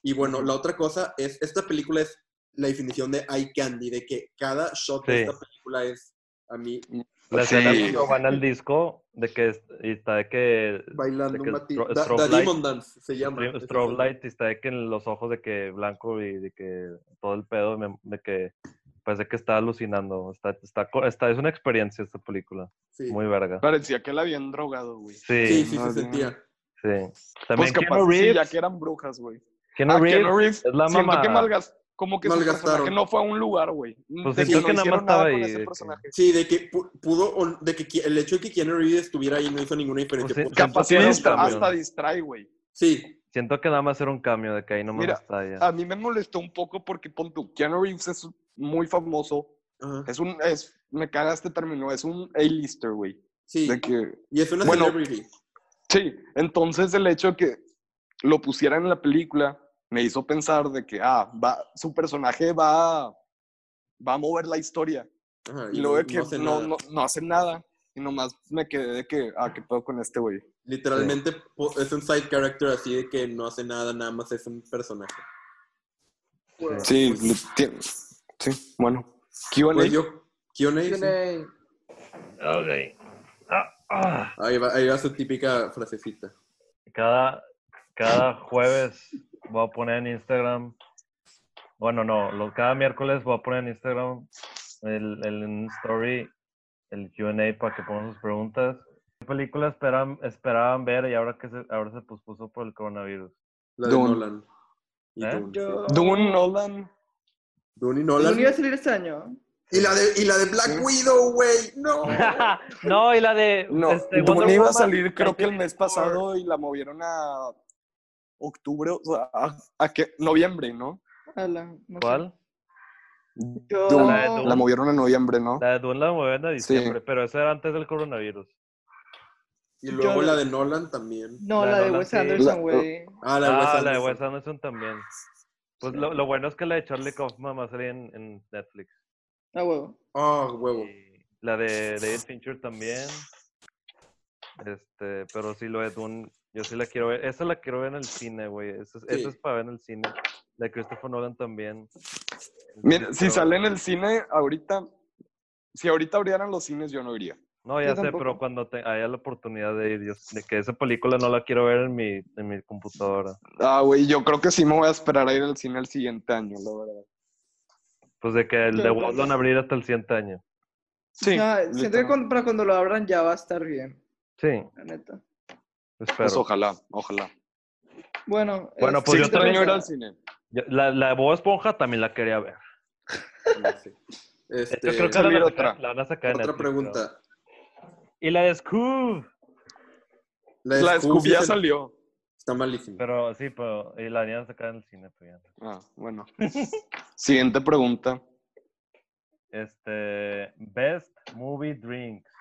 Speaker 1: Y bueno, la otra cosa es, esta película es la definición de eye candy, de que cada shot de
Speaker 3: Sí.
Speaker 1: esta película es a mí
Speaker 3: Las
Speaker 2: Sí.
Speaker 3: escenas cuando van al disco, de que es- y está de que...
Speaker 1: bailando
Speaker 3: que
Speaker 1: un
Speaker 3: el
Speaker 1: batido.
Speaker 3: stro-
Speaker 1: Da,
Speaker 3: strobe
Speaker 1: da
Speaker 3: light.
Speaker 1: Demon Dance se llama.
Speaker 3: Strobe-
Speaker 1: Esa
Speaker 3: Strobe
Speaker 1: es-
Speaker 3: Light y está de que en los ojos de que blanco y de que todo el pedo me- de que parece que está alucinando. Está, está, co- está- es una experiencia esta película.
Speaker 1: Sí,
Speaker 3: Muy verga.
Speaker 2: Parecía que la habían drogado, güey.
Speaker 1: sí,
Speaker 3: Sí, sí.
Speaker 1: sí
Speaker 2: no,
Speaker 1: se
Speaker 2: sí.
Speaker 1: sentía.
Speaker 2: Pues
Speaker 3: También
Speaker 2: capaz sí,
Speaker 3: Keanu Reeves.
Speaker 2: ya que eran brujas, güey.
Speaker 3: Keanu
Speaker 2: Ah,
Speaker 3: Reeves,
Speaker 2: Keanu Reeves,
Speaker 3: es la
Speaker 2: siento que
Speaker 3: mamá.
Speaker 2: malgas- como que su
Speaker 1: Malgastaron.
Speaker 2: personaje no fue a un lugar, güey.
Speaker 3: Pues
Speaker 2: De que
Speaker 3: siento
Speaker 2: no
Speaker 3: que nada más
Speaker 2: hicieron
Speaker 3: estaba
Speaker 2: nada con
Speaker 3: ahí,
Speaker 2: ese
Speaker 3: de que-
Speaker 2: personaje.
Speaker 1: Sí, de que pu- pudo, o- de que qui- el hecho de que Keanu Reeves estuviera ahí no hizo ninguna diferencia.
Speaker 3: Pues sí,
Speaker 1: porque-
Speaker 3: siento
Speaker 2: Capaz
Speaker 3: que era un
Speaker 2: hasta,
Speaker 3: cambio.
Speaker 2: hasta distrae, güey.
Speaker 1: sí,
Speaker 3: Siento que nada más era un cambio de que ahí nomás
Speaker 2: Mira,
Speaker 3: está ya.
Speaker 2: A mí me molestó un poco porque, pon tú, Keanu Reeves es muy famoso.
Speaker 1: ajá,
Speaker 2: Es un, es, me cagaste término, es un A-lister, güey.
Speaker 1: sí.
Speaker 2: De que,
Speaker 1: Y es una
Speaker 2: Bueno,
Speaker 1: celebrity.
Speaker 2: sí, entonces el hecho de que lo pusieran en la película me hizo pensar de que, ah, va, su personaje va, va a mover la historia.
Speaker 1: Ajá,
Speaker 2: Y luego de que
Speaker 1: no hace
Speaker 2: no,
Speaker 1: nada.
Speaker 2: no, no hace nada. Y nomás me quedé de que, ah, qué pedo con este güey.
Speaker 1: Literalmente po- es un side character así de que no hace nada, nada más es un personaje.
Speaker 2: Sí, lo ti- sí, bueno. Q&A.
Speaker 1: Pues yo, Q&A, sí.
Speaker 4: Tiene-
Speaker 3: Ok. Ah, ah.
Speaker 1: Ahí va, ahí va su típica frasecita.
Speaker 3: Cada, cada jueves voy a poner en Instagram. Bueno, no, lo- cada miércoles voy a poner en Instagram el, el en story, el QA para que pongan sus preguntas. ¿Qué película esperan, esperaban ver y ahora que se, ahora se pospuso por el coronavirus?
Speaker 1: La de
Speaker 2: Dune.
Speaker 1: Nolan. Y
Speaker 3: ¿Eh?
Speaker 1: Dune, sí.
Speaker 4: Yo...
Speaker 2: Dune Nolan.
Speaker 1: Dune y
Speaker 4: Dune iba a
Speaker 1: Nolan.
Speaker 4: salir este año.
Speaker 1: Y la de, y la de Black Widow, güey. No.
Speaker 3: no, y la de.
Speaker 2: No,
Speaker 3: este,
Speaker 2: Dune
Speaker 3: Wonder
Speaker 2: iba a
Speaker 3: Woman.
Speaker 2: salir creo que el mes pasado y la movieron a octubre, o sea, a, a que- noviembre, ¿no?
Speaker 4: Ala, no sé.
Speaker 3: ¿Cuál?
Speaker 4: Yo...
Speaker 2: Dune.
Speaker 3: La de Dune.
Speaker 2: La movieron a noviembre, ¿no?
Speaker 3: La de Dune la movieron a diciembre, pero eso era antes del coronavirus.
Speaker 1: Y luego
Speaker 4: Yo-
Speaker 1: la de Nolan también.
Speaker 4: No,
Speaker 3: La
Speaker 4: la,
Speaker 3: de
Speaker 4: de
Speaker 3: Nolan,
Speaker 4: Wes
Speaker 3: sí.
Speaker 2: La-
Speaker 4: Anderson, güey.
Speaker 1: Ah, la de Wes
Speaker 3: Ah,
Speaker 1: Anderson.
Speaker 3: la de Wes Anderson también. Pues lo, lo bueno es que la de Charlie Kaufman va a salir en, en Netflix.
Speaker 4: Ah, huevo.
Speaker 1: Ah, huevo.
Speaker 3: Y la de David Fincher también. Este, pero sí, lo de Dune, yo sí la quiero ver. Esa la quiero ver en el cine, güey. Esa es, esa
Speaker 1: Sí.
Speaker 3: es para ver en el cine. La de Christopher Nolan también.
Speaker 2: Mira, si
Speaker 3: Pero-
Speaker 2: sale en el cine ahorita, si ahorita abrieran los cines, yo no iría.
Speaker 3: No, ya
Speaker 4: Yo
Speaker 3: sé, pero
Speaker 4: tampoco.
Speaker 3: cuando te- haya la oportunidad de ir, yo- de que esa película no la quiero ver en mi, en mi computadora.
Speaker 2: Ah, güey, yo creo que sí me voy a esperar a ir al cine el siguiente año, la verdad.
Speaker 3: Pues de que el de
Speaker 4: Yo-
Speaker 3: Walt van a abrir hasta el 100 año.
Speaker 2: Sí.
Speaker 4: No, ah, siento que
Speaker 2: literal.
Speaker 4: cuando, para cuando lo abran ya va a estar bien,
Speaker 3: Sí,
Speaker 4: la neta.
Speaker 3: espero.
Speaker 2: Pues ojalá, ojalá.
Speaker 4: Bueno,
Speaker 3: Bueno,
Speaker 4: este,
Speaker 3: Pues
Speaker 2: sí
Speaker 3: yo también
Speaker 2: extraño ir al cine.
Speaker 3: Yo- la, la de Bob Esponja también la quería ver.
Speaker 1: No sé.
Speaker 3: De
Speaker 1: Este,
Speaker 3: hecho, creo que
Speaker 2: Salir
Speaker 3: ahora la,
Speaker 2: otra.
Speaker 3: saca- la van a sacar en
Speaker 1: otra
Speaker 3: Netflix, creo.
Speaker 1: pregunta.
Speaker 3: Y la de Scoob.
Speaker 2: La Scooby ya
Speaker 1: se-
Speaker 2: salió.
Speaker 1: Está malísima.
Speaker 3: Pero sí, pero y la van a sacar en el cine. Pero ya.
Speaker 2: Ah, bueno. Siguiente pregunta.
Speaker 3: Este, Best Movie Drinks.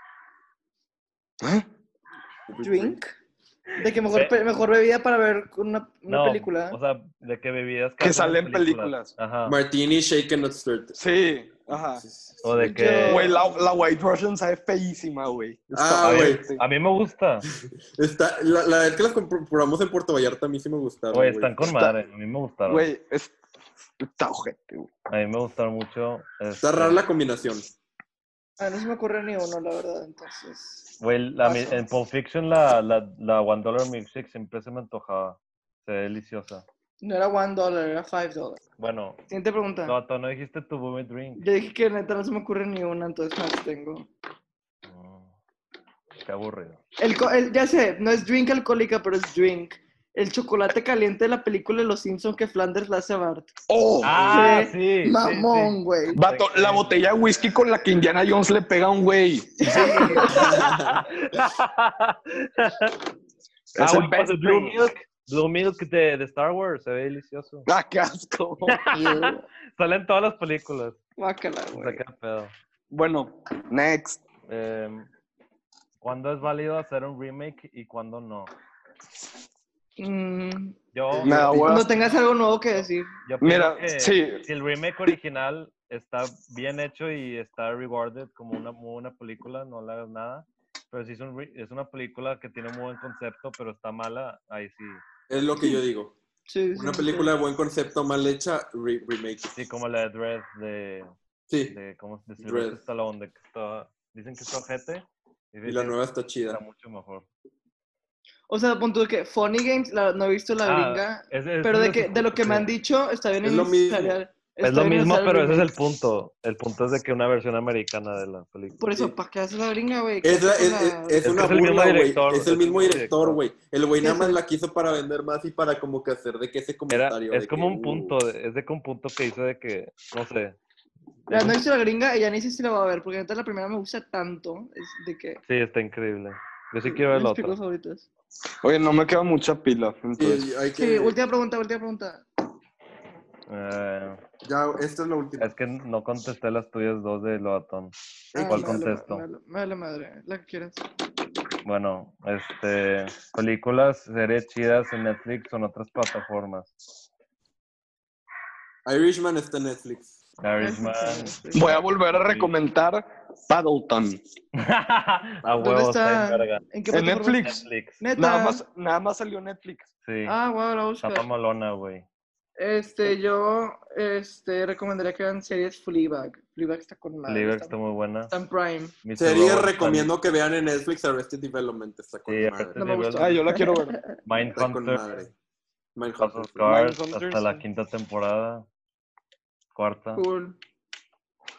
Speaker 2: ¿Eh?
Speaker 4: drink. De que mejor,
Speaker 3: Ve-
Speaker 4: pe- mejor bebida para ver con una, una
Speaker 3: No,
Speaker 4: película.
Speaker 3: o sea, de qué bebidas
Speaker 2: Que
Speaker 3: hacen
Speaker 2: salen películas.
Speaker 3: Ajá.
Speaker 1: Martini, shaken, not stirred.
Speaker 2: Sí, ajá.
Speaker 1: Sí, sí, sí.
Speaker 3: O de
Speaker 4: Yo-
Speaker 3: que...
Speaker 2: Güey, la, la White Russian sabe feísima, güey.
Speaker 1: Ah,
Speaker 2: Está-
Speaker 1: güey.
Speaker 2: sí.
Speaker 3: A mí me gusta.
Speaker 1: Está, la, la vez que las compro- probamos en Puerto Vallarta a mí sí me gustaron.
Speaker 3: Oye,
Speaker 1: güey.
Speaker 3: están con
Speaker 2: Está-
Speaker 3: madre. A mí me gustaron.
Speaker 2: Güey, es- está ojete, güey.
Speaker 3: A mí me gustaron mucho.
Speaker 1: Está
Speaker 3: este,
Speaker 1: rara la combinación.
Speaker 4: A mí Ah, no se me ocurre ni uno, la verdad, entonces.
Speaker 3: Güey, la mi- en Pulp Fiction la, la, la One Dollar Milkshake siempre se me antojaba. Se ve deliciosa.
Speaker 4: No era one dollar, era five dollar.
Speaker 3: Bueno,
Speaker 4: Siguiente pregunta.
Speaker 3: no, tú no dijiste tu movie drink.
Speaker 4: Yo dije que neta no se me ocurre ni una, entonces no tengo.
Speaker 3: Mm, Qué aburrido.
Speaker 4: El, co- el- ya sé, no es drink alcohólica, pero es drink. El chocolate caliente de la película de Los Simpsons que Flanders la hace a Bart.
Speaker 2: ¡Oh!
Speaker 3: Ah,
Speaker 4: Sí,
Speaker 3: sí. sí, sí.
Speaker 4: Mamón, güey.
Speaker 2: Vato, la botella de whisky con la que Indiana Jones le pega a un güey.
Speaker 3: ah,
Speaker 2: Es el
Speaker 3: güey, pues,
Speaker 2: best
Speaker 3: Blue
Speaker 1: Ah,
Speaker 2: drink.
Speaker 3: Milk Blue Milk de, de Star Wars, se ve delicioso.
Speaker 2: ¡Ah, qué asco!
Speaker 4: Uh,
Speaker 3: Salen todas las películas.
Speaker 4: Guácala,
Speaker 3: O sea,
Speaker 4: güey.
Speaker 3: qué pedo.
Speaker 2: Bueno, next.
Speaker 3: Em, ¿Cuándo es válido hacer un remake y cuándo no?
Speaker 4: Mm,
Speaker 3: Yo,
Speaker 2: Me da hueva.
Speaker 4: Cuando tengas algo nuevo que decir.
Speaker 3: yo pienso
Speaker 2: Mira,
Speaker 3: que
Speaker 2: sí,
Speaker 3: si el remake original está bien hecho y está rewarded como una muy buena película, no le hagas nada. Pero si es, un re- es una película que tiene muy buen concepto, pero está mala, ahí sí.
Speaker 1: Es lo que yo digo.
Speaker 4: Sí, sí,
Speaker 1: Una
Speaker 4: sí.
Speaker 1: película de buen concepto, mal hecha, re- remake.
Speaker 3: Sí, como la de Dread de,
Speaker 1: Sí,
Speaker 3: de, ¿cómo se dice?
Speaker 1: Dread.
Speaker 3: Stallone, de que está, dicen que es ojete. Y,
Speaker 1: y la
Speaker 3: dicen
Speaker 1: nueva está
Speaker 3: que está
Speaker 1: chida.
Speaker 3: mucho mejor.
Speaker 4: O sea, punto de que Funny Games, la- no he visto la
Speaker 3: Ah,
Speaker 4: gringa,
Speaker 3: es- es
Speaker 4: pero
Speaker 3: una
Speaker 4: de que de lo que me han dicho está bien
Speaker 1: Es lo mismo.
Speaker 4: innecesaria-
Speaker 3: Es
Speaker 4: está
Speaker 3: lo
Speaker 4: bien
Speaker 3: mismo,
Speaker 4: innecesaria
Speaker 3: pero
Speaker 4: el
Speaker 3: ese es el
Speaker 4: remake.
Speaker 3: punto. El punto es de que una versión americana de la película.
Speaker 4: Por
Speaker 1: Sí.
Speaker 4: eso, ¿para qué haces la gringa, güey? ¿Qué
Speaker 1: Es, la-
Speaker 4: haces
Speaker 1: es,
Speaker 4: la-
Speaker 1: es- es
Speaker 3: Es
Speaker 1: una
Speaker 3: el mismo
Speaker 1: burla, güey.
Speaker 3: director,
Speaker 1: Es el mismo director,
Speaker 3: director.
Speaker 1: güey. El güey
Speaker 4: Sí,
Speaker 1: nada más
Speaker 4: sí.
Speaker 1: la quiso para vender más y para como que hacer de que ese
Speaker 3: Era-
Speaker 1: comentario.
Speaker 3: es
Speaker 1: de
Speaker 3: como
Speaker 1: que,
Speaker 3: un
Speaker 1: uh,
Speaker 3: punto, de- es de que un punto que hizo de que, no sé.
Speaker 4: La no he visto la gringa y ya ni sé si la voy a ver, porque neta la primera me gusta tanto. Es de que.
Speaker 3: Sí, está increíble. Yo sí quiero
Speaker 4: de
Speaker 3: ver la
Speaker 4: mis
Speaker 3: otra.
Speaker 4: películas favoritas.
Speaker 2: Oye, no me queda mucha pila. Entonces,
Speaker 3: pues.
Speaker 1: Sí, hay que.
Speaker 4: Sí, última pregunta, última pregunta.
Speaker 3: Eh,
Speaker 1: Ya, esta es la última.
Speaker 3: es que no contesté las tuyas dos de Loatón. ¿Cuál
Speaker 4: Ah, me vale ma-
Speaker 3: contesto?
Speaker 4: Me vale, me vale madre, la que quieras.
Speaker 3: Bueno, este, películas, series chidas en Netflix o en otras plataformas.
Speaker 1: Irishman está en Netflix.
Speaker 3: Irishman.
Speaker 4: Ah,
Speaker 3: pues,
Speaker 2: voy a volver a recomendar Paddleton.
Speaker 3: a
Speaker 4: ¿Dónde
Speaker 3: huevos,
Speaker 4: está?
Speaker 3: en verga.
Speaker 4: ¿En qué
Speaker 2: En
Speaker 4: plataforma?
Speaker 2: Netflix.
Speaker 3: Netflix.
Speaker 4: Neta.
Speaker 2: Nada más, nada más salió Netflix.
Speaker 3: Sí.
Speaker 4: Ah, wow, la busca.
Speaker 3: Está malona, güey.
Speaker 4: Este, yo este, recomendaría que vean series Fleabag. Fleabag está con la.
Speaker 3: Liver está muy buena.
Speaker 4: está en Prime.
Speaker 3: Mr.
Speaker 1: Serie
Speaker 3: Robot
Speaker 1: recomiendo que vean en Netflix Arrested Development. Está con
Speaker 3: Sí,
Speaker 1: madre.
Speaker 4: No me
Speaker 3: Arrested
Speaker 4: gustó.
Speaker 2: Ah, yo la quiero ver.
Speaker 3: también.
Speaker 1: Está con
Speaker 3: Mindhunter,
Speaker 1: madre.
Speaker 3: House
Speaker 1: Mindhunter.
Speaker 3: of Cards,
Speaker 2: Mindhunter,
Speaker 3: hasta la
Speaker 2: sí.
Speaker 3: quinta temporada. Cuarta.
Speaker 4: Cool.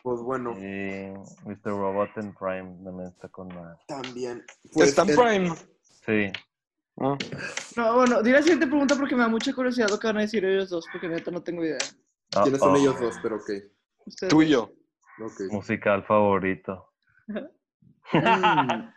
Speaker 1: Pues bueno,
Speaker 3: Y Mr. Eh, Robot en Prime también está con madre.
Speaker 1: también. Pues,
Speaker 2: está en
Speaker 1: eh,
Speaker 2: Prime.
Speaker 3: Sí.
Speaker 2: Ah.
Speaker 4: No, bueno, di la siguiente pregunta porque me da mucha curiosidad lo que van a decir ellos dos, porque neta no tengo idea.
Speaker 3: Ah,
Speaker 1: ¿Quiénes
Speaker 3: oh,
Speaker 1: son ellos dos? Pero ok.
Speaker 4: Ustedes-
Speaker 2: Tú y yo.
Speaker 1: ok.
Speaker 3: Musical favorito.
Speaker 1: Mm.
Speaker 2: La,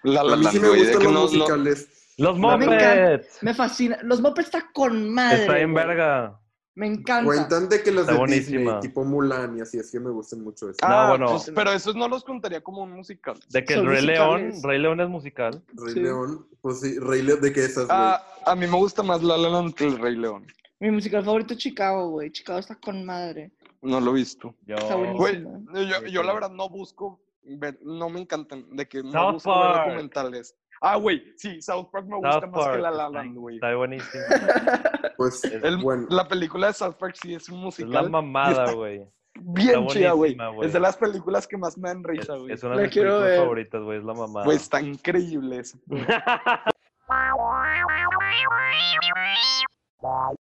Speaker 2: la,
Speaker 1: A mí
Speaker 2: la,
Speaker 1: sí me
Speaker 2: oye, de
Speaker 1: gustan
Speaker 2: que
Speaker 1: los
Speaker 2: no- no-
Speaker 1: musicales.
Speaker 3: Los
Speaker 4: me
Speaker 3: Muppets.
Speaker 4: Me fascina. Los Muppets está con madre.
Speaker 3: Está en
Speaker 4: güey.
Speaker 3: verga.
Speaker 4: Me encanta.
Speaker 1: Cuentan de que los
Speaker 3: Está
Speaker 1: de Disney,
Speaker 3: buenísima.
Speaker 1: tipo Mulan y así, es que me gustan mucho eso.
Speaker 2: Ah,
Speaker 3: bueno.
Speaker 2: pues, pero esos no los contaría como un musical.
Speaker 1: Pues,
Speaker 3: De que
Speaker 4: Son
Speaker 3: el Rey León,
Speaker 4: musicales.
Speaker 3: Rey León es musical.
Speaker 1: Rey
Speaker 4: sí.
Speaker 1: León, pues sí, Rey León, de que esas, güey.
Speaker 2: Ah, a mí me gusta más La La Land que El Rey León.
Speaker 4: Mi musical favorito es Chicago, güey. Chicago está con madre.
Speaker 2: No lo he visto.
Speaker 3: Yo,
Speaker 4: Está buenísimo.
Speaker 2: Güey, yo, yo- yo la verdad no busco, ver- no me encantan, de que no
Speaker 3: South
Speaker 2: busco ver
Speaker 3: Park.
Speaker 2: documentales. Ah, güey, sí, South Park me gusta
Speaker 3: South
Speaker 2: más que
Speaker 3: Park.
Speaker 2: La La
Speaker 3: está-
Speaker 2: Land, güey.
Speaker 3: Está buenísimo.
Speaker 1: Pues
Speaker 3: Es-
Speaker 2: El-
Speaker 1: bueno,
Speaker 2: La película de South Park sí es un
Speaker 3: Es la
Speaker 2: musical
Speaker 3: mamada, güey.
Speaker 2: bien
Speaker 3: está
Speaker 2: chida, güey.
Speaker 3: buenísima, güey.
Speaker 2: Es de las películas que más me dan
Speaker 3: Es,
Speaker 2: risa, güey.
Speaker 3: es una
Speaker 4: La
Speaker 3: de mis
Speaker 4: quiero
Speaker 3: películas
Speaker 4: ver.
Speaker 3: favoritas, güey. Es la mamada.
Speaker 2: Güey, está increíble eso.